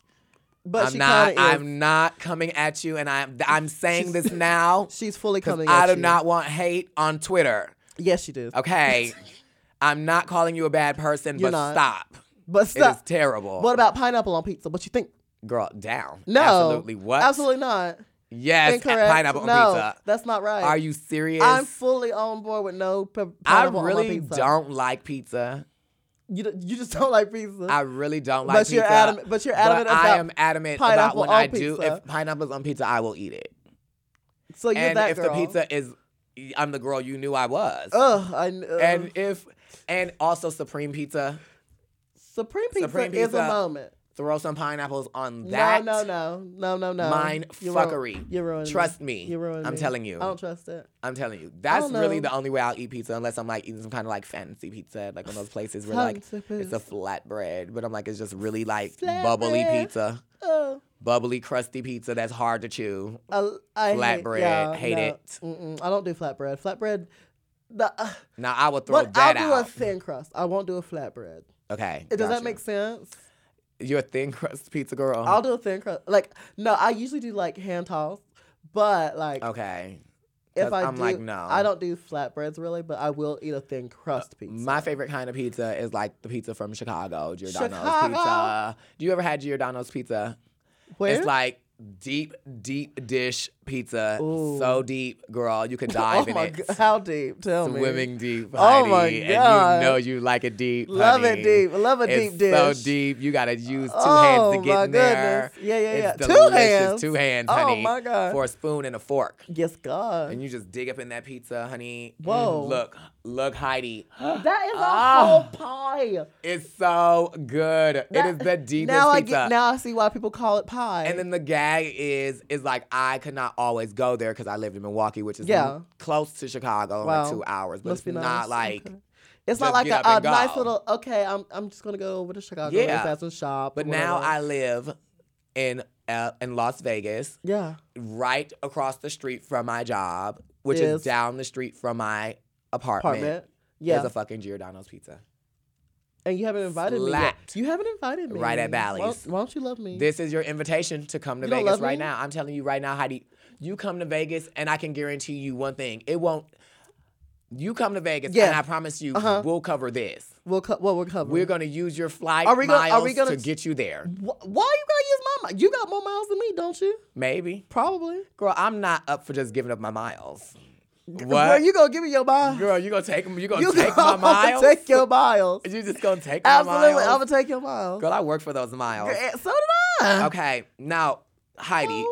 [SPEAKER 5] but
[SPEAKER 4] I'm
[SPEAKER 5] she
[SPEAKER 4] not.
[SPEAKER 5] kinda is.
[SPEAKER 4] I'm not coming at you, and I'm I'm saying this now
[SPEAKER 5] She's fully
[SPEAKER 4] because
[SPEAKER 5] coming.
[SPEAKER 4] I
[SPEAKER 5] at
[SPEAKER 4] do
[SPEAKER 5] you.
[SPEAKER 4] not want hate on Twitter.
[SPEAKER 5] Yes, she does.
[SPEAKER 4] Okay, I'm not calling you a bad person,
[SPEAKER 5] You're
[SPEAKER 4] but
[SPEAKER 5] not.
[SPEAKER 4] stop.
[SPEAKER 5] But
[SPEAKER 4] It is
[SPEAKER 5] stop.
[SPEAKER 4] terrible.
[SPEAKER 5] What about pineapple on pizza? What you think?
[SPEAKER 4] girl? Down.
[SPEAKER 5] No,
[SPEAKER 4] Absolutely. What?
[SPEAKER 5] Absolutely not.
[SPEAKER 4] Yes.
[SPEAKER 5] Incorrect.
[SPEAKER 4] Pineapple
[SPEAKER 5] no,
[SPEAKER 4] on pizza.
[SPEAKER 5] that's not right.
[SPEAKER 4] Are you serious?
[SPEAKER 5] I'm fully on board with no pe-
[SPEAKER 4] I
[SPEAKER 5] pineapple on my
[SPEAKER 4] really
[SPEAKER 5] pizza.
[SPEAKER 4] don't like pizza.
[SPEAKER 5] You, don't- you just don't like pizza.
[SPEAKER 4] I really don't like
[SPEAKER 5] but
[SPEAKER 4] pizza.
[SPEAKER 5] you're adamant. But you're adamant
[SPEAKER 4] but I
[SPEAKER 5] about.
[SPEAKER 4] am adamant about
[SPEAKER 5] pineapple
[SPEAKER 4] when
[SPEAKER 5] on
[SPEAKER 4] I do.
[SPEAKER 5] pizza.
[SPEAKER 4] If pineapple's on pizza, I will eat it.
[SPEAKER 5] so you're
[SPEAKER 4] and
[SPEAKER 5] that
[SPEAKER 4] if
[SPEAKER 5] girl. Oh.
[SPEAKER 4] the pizza is, I'm the girl you knew I was.
[SPEAKER 5] Ugh, I, kn- ugh.
[SPEAKER 4] and if, and also supreme pizza,
[SPEAKER 5] Supreme pizza
[SPEAKER 4] Supreme
[SPEAKER 5] is a
[SPEAKER 4] Pizza,
[SPEAKER 5] moment.
[SPEAKER 4] throw some pineapples on that.
[SPEAKER 5] no, no, no, no, no, no.
[SPEAKER 4] Mind
[SPEAKER 5] You ruin-
[SPEAKER 4] fuckery.
[SPEAKER 5] you ruined me.
[SPEAKER 4] Trust me.
[SPEAKER 5] You ruined
[SPEAKER 4] I'm
[SPEAKER 5] me.
[SPEAKER 4] telling you.
[SPEAKER 5] I don't trust it.
[SPEAKER 4] I'm telling you. That's
[SPEAKER 5] don't
[SPEAKER 4] really
[SPEAKER 5] know.
[SPEAKER 4] the only way I'll eat pizza unless I'm like eating some kind of like fancy pizza, like one of those places where like
[SPEAKER 5] Fancy
[SPEAKER 4] it's a
[SPEAKER 5] pizza.
[SPEAKER 4] flatbread, but I'm like it's just really like bubbly
[SPEAKER 5] Flatbread.
[SPEAKER 4] pizza,
[SPEAKER 5] Ugh.
[SPEAKER 4] bubbly crusty pizza that's hard to chew.
[SPEAKER 5] I, I
[SPEAKER 4] Flatbread, hate
[SPEAKER 5] Hate, y'all.
[SPEAKER 4] it.
[SPEAKER 5] no, Mm-mm, I don't do flatbread. Flatbread. The, uh,
[SPEAKER 4] Now I would throw
[SPEAKER 5] but I'll
[SPEAKER 4] that
[SPEAKER 5] do a
[SPEAKER 4] out.
[SPEAKER 5] thin crust. I won't do a flatbread.
[SPEAKER 4] okay.
[SPEAKER 5] Does
[SPEAKER 4] gotcha. Um,
[SPEAKER 5] that make sense?
[SPEAKER 4] You're a thin crust pizza girl.
[SPEAKER 5] I'll do a thin crust. Like no, I usually do like hand toss, but like
[SPEAKER 4] okay.
[SPEAKER 5] if
[SPEAKER 4] 'cause
[SPEAKER 5] I
[SPEAKER 4] I'm
[SPEAKER 5] do,
[SPEAKER 4] like, no. Uh,
[SPEAKER 5] I don't do flatbreads really, but I will eat a thin crust pizza.
[SPEAKER 4] My favorite kind of pizza is like the pizza from Chicago, Giordano's
[SPEAKER 5] Chicago?
[SPEAKER 4] pizza. Do you ever had Giordano's pizza?
[SPEAKER 5] Where?
[SPEAKER 4] It's like deep, deep dish pizza.
[SPEAKER 5] Ooh.
[SPEAKER 4] So deep, girl. You could
[SPEAKER 5] oh
[SPEAKER 4] dive in
[SPEAKER 5] my
[SPEAKER 4] it.
[SPEAKER 5] God, how deep? Tell me.
[SPEAKER 4] Swimming deep,
[SPEAKER 5] Oh
[SPEAKER 4] honey.
[SPEAKER 5] my
[SPEAKER 4] And
[SPEAKER 5] God.
[SPEAKER 4] you know you like it deep.
[SPEAKER 5] Love
[SPEAKER 4] honey.
[SPEAKER 5] it deep. Love a
[SPEAKER 4] It's
[SPEAKER 5] deep dish.
[SPEAKER 4] so deep. You gotta use two
[SPEAKER 5] Oh,
[SPEAKER 4] hands to get
[SPEAKER 5] my
[SPEAKER 4] in there.
[SPEAKER 5] goodness. Yeah, yeah,
[SPEAKER 4] It's
[SPEAKER 5] yeah. Two
[SPEAKER 4] delicious.
[SPEAKER 5] hands.
[SPEAKER 4] Two hands,
[SPEAKER 5] Oh,
[SPEAKER 4] honey.
[SPEAKER 5] my God.
[SPEAKER 4] For a spoon and a fork.
[SPEAKER 5] Yes, God.
[SPEAKER 4] And you just dig up in that pizza, honey. Mm,
[SPEAKER 5] Whoa.
[SPEAKER 4] Look, look, Heidi.
[SPEAKER 5] That is a
[SPEAKER 4] Ah.
[SPEAKER 5] whole pie.
[SPEAKER 4] It's so good.
[SPEAKER 5] That-
[SPEAKER 4] it is the deepest
[SPEAKER 5] now I
[SPEAKER 4] pizza.
[SPEAKER 5] get now I see why people call it pie.
[SPEAKER 4] and then the gag is is like I could not always go there because I lived in Milwaukee, which is
[SPEAKER 5] Yeah.
[SPEAKER 4] close to Chicago, like
[SPEAKER 5] Wow.
[SPEAKER 4] two hours. But
[SPEAKER 5] Must
[SPEAKER 4] it's
[SPEAKER 5] be nice.
[SPEAKER 4] not like
[SPEAKER 5] Okay. it's
[SPEAKER 4] just
[SPEAKER 5] not like
[SPEAKER 4] get up
[SPEAKER 5] a, a
[SPEAKER 4] and go.
[SPEAKER 5] nice little okay. I'm I'm just gonna go over to Chicago
[SPEAKER 4] Yeah.
[SPEAKER 5] really fast and shop.
[SPEAKER 4] But
[SPEAKER 5] or
[SPEAKER 4] now
[SPEAKER 5] whatever.
[SPEAKER 4] I live in uh, in Las Vegas,
[SPEAKER 5] yeah
[SPEAKER 4] right across the street from my job, which is,
[SPEAKER 5] Is-
[SPEAKER 4] down the street from my apartment.
[SPEAKER 5] apartment.
[SPEAKER 4] There's
[SPEAKER 5] Yeah,
[SPEAKER 4] a fucking Giordano's pizza.
[SPEAKER 5] and you haven't invited me.
[SPEAKER 4] Slapped.
[SPEAKER 5] Yet. You haven't invited me.
[SPEAKER 4] Right at
[SPEAKER 5] Why-
[SPEAKER 4] Bally's.
[SPEAKER 5] Why, don't you love me?
[SPEAKER 4] This is your invitation to come to
[SPEAKER 5] You don't
[SPEAKER 4] Vegas
[SPEAKER 5] love
[SPEAKER 4] right
[SPEAKER 5] me?
[SPEAKER 4] now. I'm telling you right now, Heidi, you come to Vegas and I can guarantee you one thing. It won't you come to Vegas
[SPEAKER 5] Yeah.
[SPEAKER 4] and I promise you
[SPEAKER 5] Uh-huh.
[SPEAKER 4] we'll cover this.
[SPEAKER 5] we'll co- well, we're covering.
[SPEAKER 4] We're gonna use your flight
[SPEAKER 5] Are we gonna-
[SPEAKER 4] miles
[SPEAKER 5] are we
[SPEAKER 4] to
[SPEAKER 5] gonna-
[SPEAKER 4] get you there.
[SPEAKER 5] Wh- why you gotta use my? mi- You got more miles than me, don't you?
[SPEAKER 4] Maybe.
[SPEAKER 5] Probably.
[SPEAKER 4] Girl, I'm not up for just giving up my miles. What?
[SPEAKER 5] Well, you gonna give me your miles?
[SPEAKER 4] Girl, you gonna take 'em- You gonna
[SPEAKER 5] you
[SPEAKER 4] take
[SPEAKER 5] gonna
[SPEAKER 4] my miles?
[SPEAKER 5] take your miles?
[SPEAKER 4] you just gonna take my
[SPEAKER 5] Absolutely,
[SPEAKER 4] miles?
[SPEAKER 5] I'm gonna take your miles.
[SPEAKER 4] Girl, I work for those miles.
[SPEAKER 5] Eh, So did I.
[SPEAKER 4] Okay, now Heidi,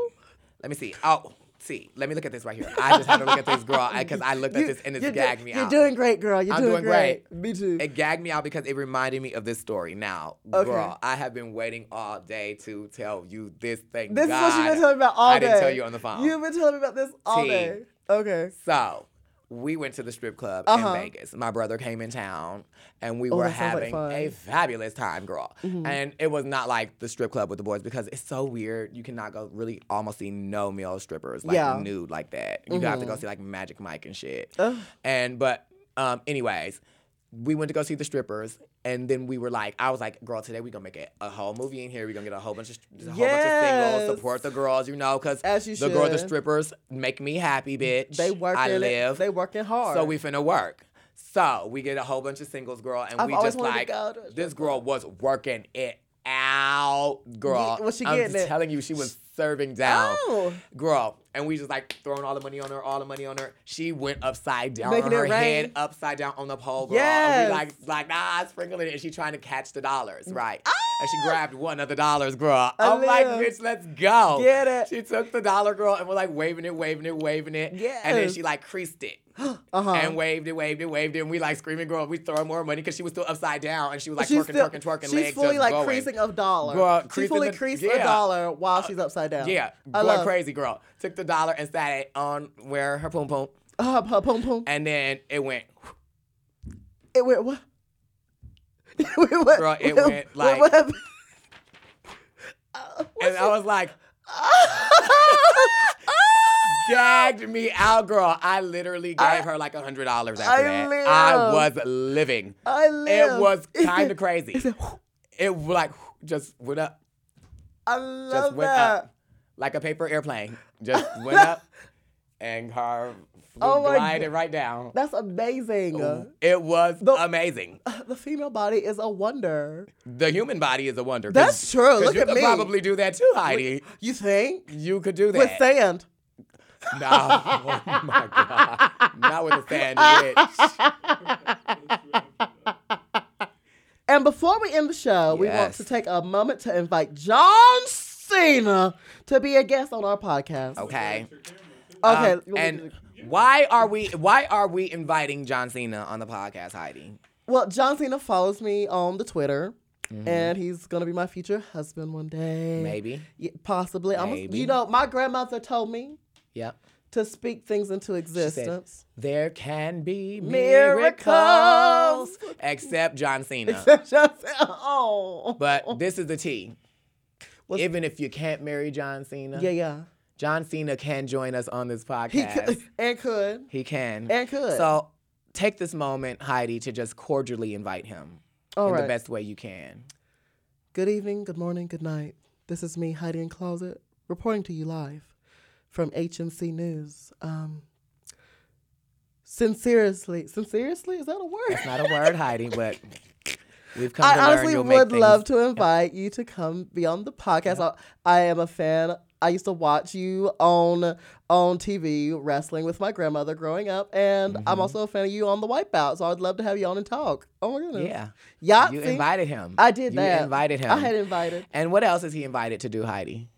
[SPEAKER 4] let me see. Oh, see, let me look at this right here. I just had to look at this girl because I looked at this and
[SPEAKER 5] you're
[SPEAKER 4] it
[SPEAKER 5] do-
[SPEAKER 4] gagged me
[SPEAKER 5] you're
[SPEAKER 4] out.
[SPEAKER 5] doing great, girl. You're
[SPEAKER 4] I'm doing
[SPEAKER 5] great. Me too.
[SPEAKER 4] it gagged me out because it reminded me of this story. Now,
[SPEAKER 5] Okay.
[SPEAKER 4] girl, I have been waiting all day to tell you this thing.
[SPEAKER 5] this is what you've been telling me about all
[SPEAKER 4] I
[SPEAKER 5] day.
[SPEAKER 4] didn't tell you on the phone.
[SPEAKER 5] You've been telling me about this all
[SPEAKER 4] Tea.
[SPEAKER 5] day. Okay.
[SPEAKER 4] So we went to the strip club
[SPEAKER 5] Uh-huh.
[SPEAKER 4] in Vegas. My brother came in town and we
[SPEAKER 5] Oh,
[SPEAKER 4] were
[SPEAKER 5] that sounds like
[SPEAKER 4] having a
[SPEAKER 5] fun. Mm-hmm.
[SPEAKER 4] fabulous time, girl. And it was not like the strip club with the boys because it's so weird. You cannot go really almost see no male strippers like
[SPEAKER 5] Yeah. Mm-hmm.
[SPEAKER 4] nude like that. You have to go see like Magic Mike and shit.
[SPEAKER 5] Ugh.
[SPEAKER 4] And but um anyways, we went to go see the strippers and then we were like, I was like, girl, today we gonna make a, a whole movie in here. we gonna get a whole bunch of a whole bunch of
[SPEAKER 5] Yes.
[SPEAKER 4] singles, support the girls, you know, cause
[SPEAKER 5] As you
[SPEAKER 4] the girls, the
[SPEAKER 5] should.
[SPEAKER 4] strippers make me happy, bitch.
[SPEAKER 5] They working.
[SPEAKER 4] I live.
[SPEAKER 5] They working hard.
[SPEAKER 4] So we finna work. So we get a whole bunch of singles, girl, and
[SPEAKER 5] I've
[SPEAKER 4] we
[SPEAKER 5] always
[SPEAKER 4] just
[SPEAKER 5] wanted to
[SPEAKER 4] like
[SPEAKER 5] go to a strip
[SPEAKER 4] this girl was working it out, girl.
[SPEAKER 5] Ye- was she
[SPEAKER 4] I'm
[SPEAKER 5] getting it?
[SPEAKER 4] telling you, she was serving down,
[SPEAKER 5] Oh.
[SPEAKER 4] girl. And we just like throwing all the money on her, all the money on her. She went upside down,
[SPEAKER 5] Making
[SPEAKER 4] on
[SPEAKER 5] it
[SPEAKER 4] her head
[SPEAKER 5] rain.
[SPEAKER 4] upside down on the pole, girl. And
[SPEAKER 5] Yes. Mm. Ah!
[SPEAKER 4] we like like nah, sprinkling it, and she trying to catch the dollars, right? And she grabbed one of the dollars, girl.
[SPEAKER 5] I
[SPEAKER 4] I'm like,
[SPEAKER 5] live.
[SPEAKER 4] bitch, let's go.
[SPEAKER 5] Get it.
[SPEAKER 4] She took the dollar, girl, and we're like waving it, waving it, waving it. And then
[SPEAKER 5] Yes.
[SPEAKER 4] she like creased it
[SPEAKER 5] uh-huh.
[SPEAKER 4] and waved and waved and waved and we like screaming, girl, we throwing more money because she was still upside down and she was like
[SPEAKER 5] she's
[SPEAKER 4] twerking,
[SPEAKER 5] still,
[SPEAKER 4] twerking, twerking,
[SPEAKER 5] she's
[SPEAKER 4] legs
[SPEAKER 5] fully
[SPEAKER 4] just
[SPEAKER 5] like
[SPEAKER 4] going.
[SPEAKER 5] creasing a dollar.
[SPEAKER 4] Girl,
[SPEAKER 5] she
[SPEAKER 4] creasing
[SPEAKER 5] fully
[SPEAKER 4] the-
[SPEAKER 5] creased
[SPEAKER 4] yeah. Uh,
[SPEAKER 5] a dollar while she's upside down.
[SPEAKER 4] Yeah,
[SPEAKER 5] I
[SPEAKER 4] going
[SPEAKER 5] love.
[SPEAKER 4] crazy, girl. Took the dollar and sat it on where her poom poom.
[SPEAKER 5] Hub, hub, home, home.
[SPEAKER 4] and then it went,
[SPEAKER 5] It went what? It went what?
[SPEAKER 4] Girl, it
[SPEAKER 5] What-
[SPEAKER 4] went like-
[SPEAKER 5] what happened?
[SPEAKER 4] and I was like, gagged me out, girl. I literally gave her like a hundred dollars after
[SPEAKER 5] I
[SPEAKER 4] that.
[SPEAKER 5] live.
[SPEAKER 4] I was living.
[SPEAKER 5] I
[SPEAKER 4] It
[SPEAKER 5] live.
[SPEAKER 4] was
[SPEAKER 5] Is
[SPEAKER 4] kind of
[SPEAKER 5] it-
[SPEAKER 4] crazy.
[SPEAKER 5] is it- whew,
[SPEAKER 4] It was like just went up,
[SPEAKER 5] I
[SPEAKER 4] just
[SPEAKER 5] love
[SPEAKER 4] went
[SPEAKER 5] that.
[SPEAKER 4] up like a paper airplane. Just went up, and her flew
[SPEAKER 5] Oh my
[SPEAKER 4] glided right down.
[SPEAKER 5] That's amazing.
[SPEAKER 4] It was
[SPEAKER 5] The-
[SPEAKER 4] amazing.
[SPEAKER 5] The female body is a wonder.
[SPEAKER 4] The human body is a wonder. 'cause-
[SPEAKER 5] That's true.
[SPEAKER 4] 'cause
[SPEAKER 5] Look
[SPEAKER 4] you
[SPEAKER 5] at
[SPEAKER 4] could
[SPEAKER 5] me.
[SPEAKER 4] probably do that too, Heidi.
[SPEAKER 5] You think?
[SPEAKER 4] You could do that.
[SPEAKER 5] With sand.
[SPEAKER 4] No. Oh my God. Not with a sand witch.
[SPEAKER 5] And before we end the show, we want
[SPEAKER 4] Yes.
[SPEAKER 5] to take a moment to invite John Cena to be a guest on our podcast.
[SPEAKER 4] Okay.
[SPEAKER 5] Okay.
[SPEAKER 4] Um, and why are we why are we inviting John Cena on the podcast, Heidi?
[SPEAKER 5] well, John Cena follows me on the Twitter, and he's gonna be my future husband one day.
[SPEAKER 4] Mm-hmm. Maybe.
[SPEAKER 5] Yeah, possibly. I'm a,
[SPEAKER 4] Maybe.
[SPEAKER 5] you know, my grandmother told me
[SPEAKER 4] Yep.
[SPEAKER 5] to speak things into existence.
[SPEAKER 4] There can be miracles
[SPEAKER 5] Miracles.
[SPEAKER 4] except John Cena.
[SPEAKER 5] Just- oh.
[SPEAKER 4] But this is the tea.
[SPEAKER 5] What's-
[SPEAKER 4] Even if you can't marry John Cena,
[SPEAKER 5] yeah, yeah.
[SPEAKER 4] John Cena can join us on this podcast.
[SPEAKER 5] He could and could.
[SPEAKER 4] He can.
[SPEAKER 5] And could.
[SPEAKER 4] So take this moment, Heidi, to just cordially invite him
[SPEAKER 5] All
[SPEAKER 4] in
[SPEAKER 5] right.
[SPEAKER 4] the best way you can.
[SPEAKER 5] Good evening, good morning, good night. This is me, Heidi in Closet, reporting to you live from HMC News. Um, sincerely, sincerely, is that a word?
[SPEAKER 4] Not a word, Heidi, but we've come to
[SPEAKER 5] I
[SPEAKER 4] learn
[SPEAKER 5] honestly
[SPEAKER 4] you'll
[SPEAKER 5] would
[SPEAKER 4] make things-
[SPEAKER 5] love to invite you to come be on the podcast. I, I am a fan. I used to watch you on on TV wrestling with my grandmother growing up, and
[SPEAKER 4] Mm-hmm.
[SPEAKER 5] I'm also a fan of you on the Wipeout. So I'd love to have you on and talk. Oh my goodness!
[SPEAKER 4] Yeah.
[SPEAKER 5] Yahtzee.
[SPEAKER 4] You invited him.
[SPEAKER 5] I did
[SPEAKER 4] you
[SPEAKER 5] that.
[SPEAKER 4] invited him.
[SPEAKER 5] I had invited.
[SPEAKER 4] And what else is he invited to do, Heidi?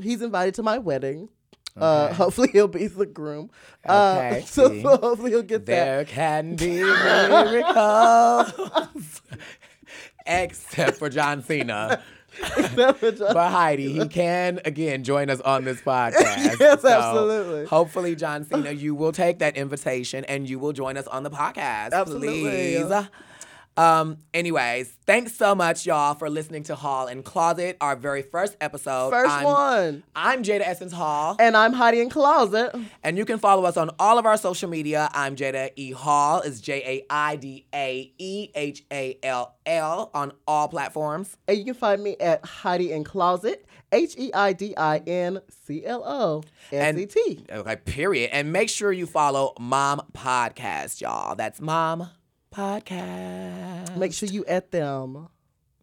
[SPEAKER 5] He's invited to my wedding. Uh, hopefully he'll be the groom.
[SPEAKER 4] Okay,
[SPEAKER 5] uh, so,
[SPEAKER 4] see.
[SPEAKER 5] so hopefully he'll get that.
[SPEAKER 4] There can be miracles. Except for John Cena.
[SPEAKER 5] That's what y'all-
[SPEAKER 4] But Heidi, he can again join us on this podcast.
[SPEAKER 5] Yes, absolutely.
[SPEAKER 4] Hopefully, John Cena, you will take that invitation and you will join us on the podcast.
[SPEAKER 5] Absolutely.
[SPEAKER 4] Please. Um, anyways, thanks so much, y'all, for listening to Hall and Closet, our very first episode.
[SPEAKER 5] 1st
[SPEAKER 4] I'm-
[SPEAKER 5] one.
[SPEAKER 4] I'm Jada Essence Hall,
[SPEAKER 5] And I'm Heidi in closet.
[SPEAKER 4] and you can follow us on all of our social media. I'm Jada E. Hall, it's J A I D A E H A L L on all platforms.
[SPEAKER 5] And you can find me at Heidi in closet. H E I D I N C L O S E T.
[SPEAKER 4] Okay, period. And make sure you follow Mom Podcast, y'all. That's Mom Podcast.
[SPEAKER 5] Make sure you at them.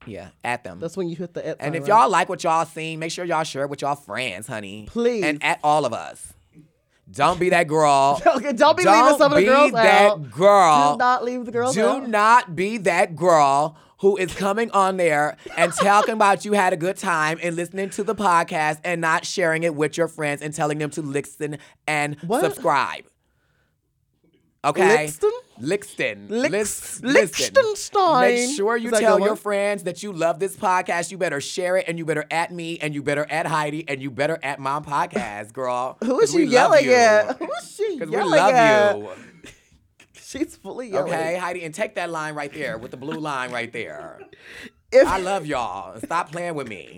[SPEAKER 4] yeah, at them.
[SPEAKER 5] That's when you hit the at
[SPEAKER 4] and
[SPEAKER 5] sign,
[SPEAKER 4] if
[SPEAKER 5] right?
[SPEAKER 4] y'all like what y'all seen, make sure y'all share it with y'all friends, honey.
[SPEAKER 5] Please.
[SPEAKER 4] And at all of us. Don't be that girl.
[SPEAKER 5] Okay, don't be leaving
[SPEAKER 4] Don't
[SPEAKER 5] some of the
[SPEAKER 4] be
[SPEAKER 5] girls
[SPEAKER 4] that
[SPEAKER 5] out.
[SPEAKER 4] girl.
[SPEAKER 5] Do not leave the girls
[SPEAKER 4] Do
[SPEAKER 5] out.
[SPEAKER 4] not be that girl who is coming on there and talking about you had a good time and listening to the podcast and not sharing it with your friends and telling them to listen and
[SPEAKER 5] What?
[SPEAKER 4] subscribe. Okay.
[SPEAKER 5] Listen?
[SPEAKER 4] Lixton.
[SPEAKER 5] Lix-
[SPEAKER 4] listen.
[SPEAKER 5] Lichtenstein.
[SPEAKER 4] Make sure you
[SPEAKER 5] Is that
[SPEAKER 4] tell
[SPEAKER 5] good
[SPEAKER 4] your
[SPEAKER 5] one?
[SPEAKER 4] friends that you love this podcast. You better share it and you better at me and you better at Heidi and you better at Mom Podcast, girl.
[SPEAKER 5] Who
[SPEAKER 4] 'Cause
[SPEAKER 5] is she
[SPEAKER 4] we love
[SPEAKER 5] yelling
[SPEAKER 4] you.
[SPEAKER 5] at? Who is she
[SPEAKER 4] Because
[SPEAKER 5] yelling
[SPEAKER 4] we love
[SPEAKER 5] at?
[SPEAKER 4] you.
[SPEAKER 5] She's fully yelling.
[SPEAKER 4] Okay, Heidi, and take that line right there with the blue line right there.
[SPEAKER 5] If-
[SPEAKER 4] I love y'all. Stop playing with me.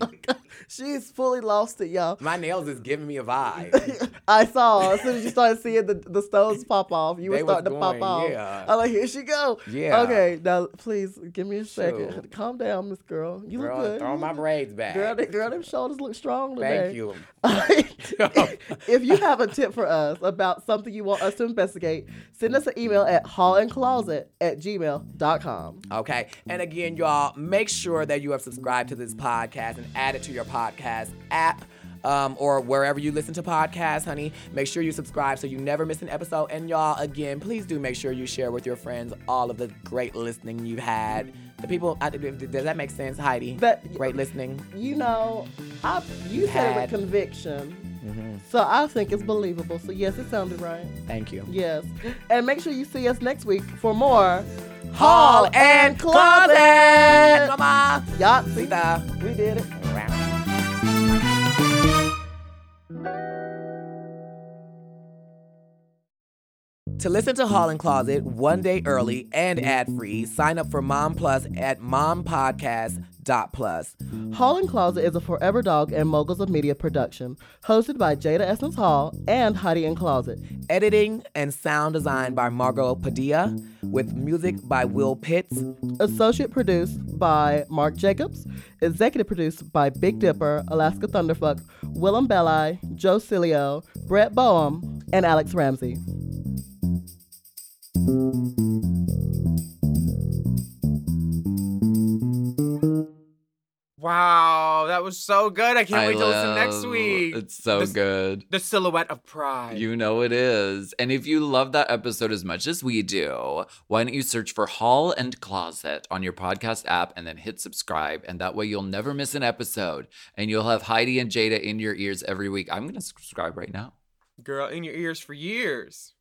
[SPEAKER 5] She's fully lost it, y'all.
[SPEAKER 4] My nails is giving me a vibe.
[SPEAKER 5] I saw as soon as you started seeing the, the stones pop off, you
[SPEAKER 4] They
[SPEAKER 5] were
[SPEAKER 4] was
[SPEAKER 5] starting to pop
[SPEAKER 4] going,
[SPEAKER 5] off.
[SPEAKER 4] yeah.
[SPEAKER 5] I'm like, here she go.
[SPEAKER 4] Yeah.
[SPEAKER 5] Okay, now please give me a second.
[SPEAKER 4] Shoot.
[SPEAKER 5] Calm down, Miss Girl. You
[SPEAKER 4] Girl,
[SPEAKER 5] look good.
[SPEAKER 4] throw
[SPEAKER 5] You
[SPEAKER 4] my
[SPEAKER 5] look-
[SPEAKER 4] braids back.
[SPEAKER 5] Girl, they, girl, them shoulders look strong today.
[SPEAKER 4] Thank you.
[SPEAKER 5] if you have a tip for us about something you want us to investigate, send us an email at hallandcloset at gmail.com.
[SPEAKER 4] Okay. And again, y'all, make sure that you have subscribed to this podcast and add it to your podcast app. Um, or wherever you listen to podcasts, honey, make sure you subscribe so you never miss an episode. And y'all, again, please do make sure you share with your friends all of the great listening you've had. The people, I, does that make sense, Heidi?
[SPEAKER 5] That-
[SPEAKER 4] great listening.
[SPEAKER 5] You know, I you said it
[SPEAKER 4] Had. Mm-hmm.
[SPEAKER 5] with conviction. So I think it's believable. So yes, it sounded right.
[SPEAKER 4] Thank you.
[SPEAKER 5] Yes. And make sure you see us next week for more
[SPEAKER 4] Hall and closet, mama.
[SPEAKER 5] Yahtzee.
[SPEAKER 4] Sita.
[SPEAKER 5] We did it.
[SPEAKER 4] Round. To listen to Hall and Closet one day early and ad free, sign up for Mom Plus at mompodcast.plus.
[SPEAKER 5] Hall and Closet is a Forever Dog and Moguls of Media production, hosted by Jada Essence Hall and Heidi and Closet.
[SPEAKER 4] Editing and sound design by Margot Padilla, with music by Will Pitts.
[SPEAKER 5] Associate produced by Mark Jacobs. Executive produced by Big Dipper, Alaska Thunderfuck, Willem Belli, Joe Cilio, Brett Boehm, and Alex Ramsey.
[SPEAKER 1] Wow, that was so good. I can't
[SPEAKER 2] I
[SPEAKER 1] wait to listen next
[SPEAKER 2] love-
[SPEAKER 1] week.
[SPEAKER 2] It's so
[SPEAKER 1] This-
[SPEAKER 2] good.
[SPEAKER 1] The silhouette of pride.
[SPEAKER 2] You know it is. And if you love that episode as much as we do, why don't you search for Hall and Closet on your podcast app and then hit subscribe? And that way you'll never miss an episode and you'll have Heidi and Jada in your ears every week. I'm going to subscribe right now.
[SPEAKER 1] Girl, in your ears for years.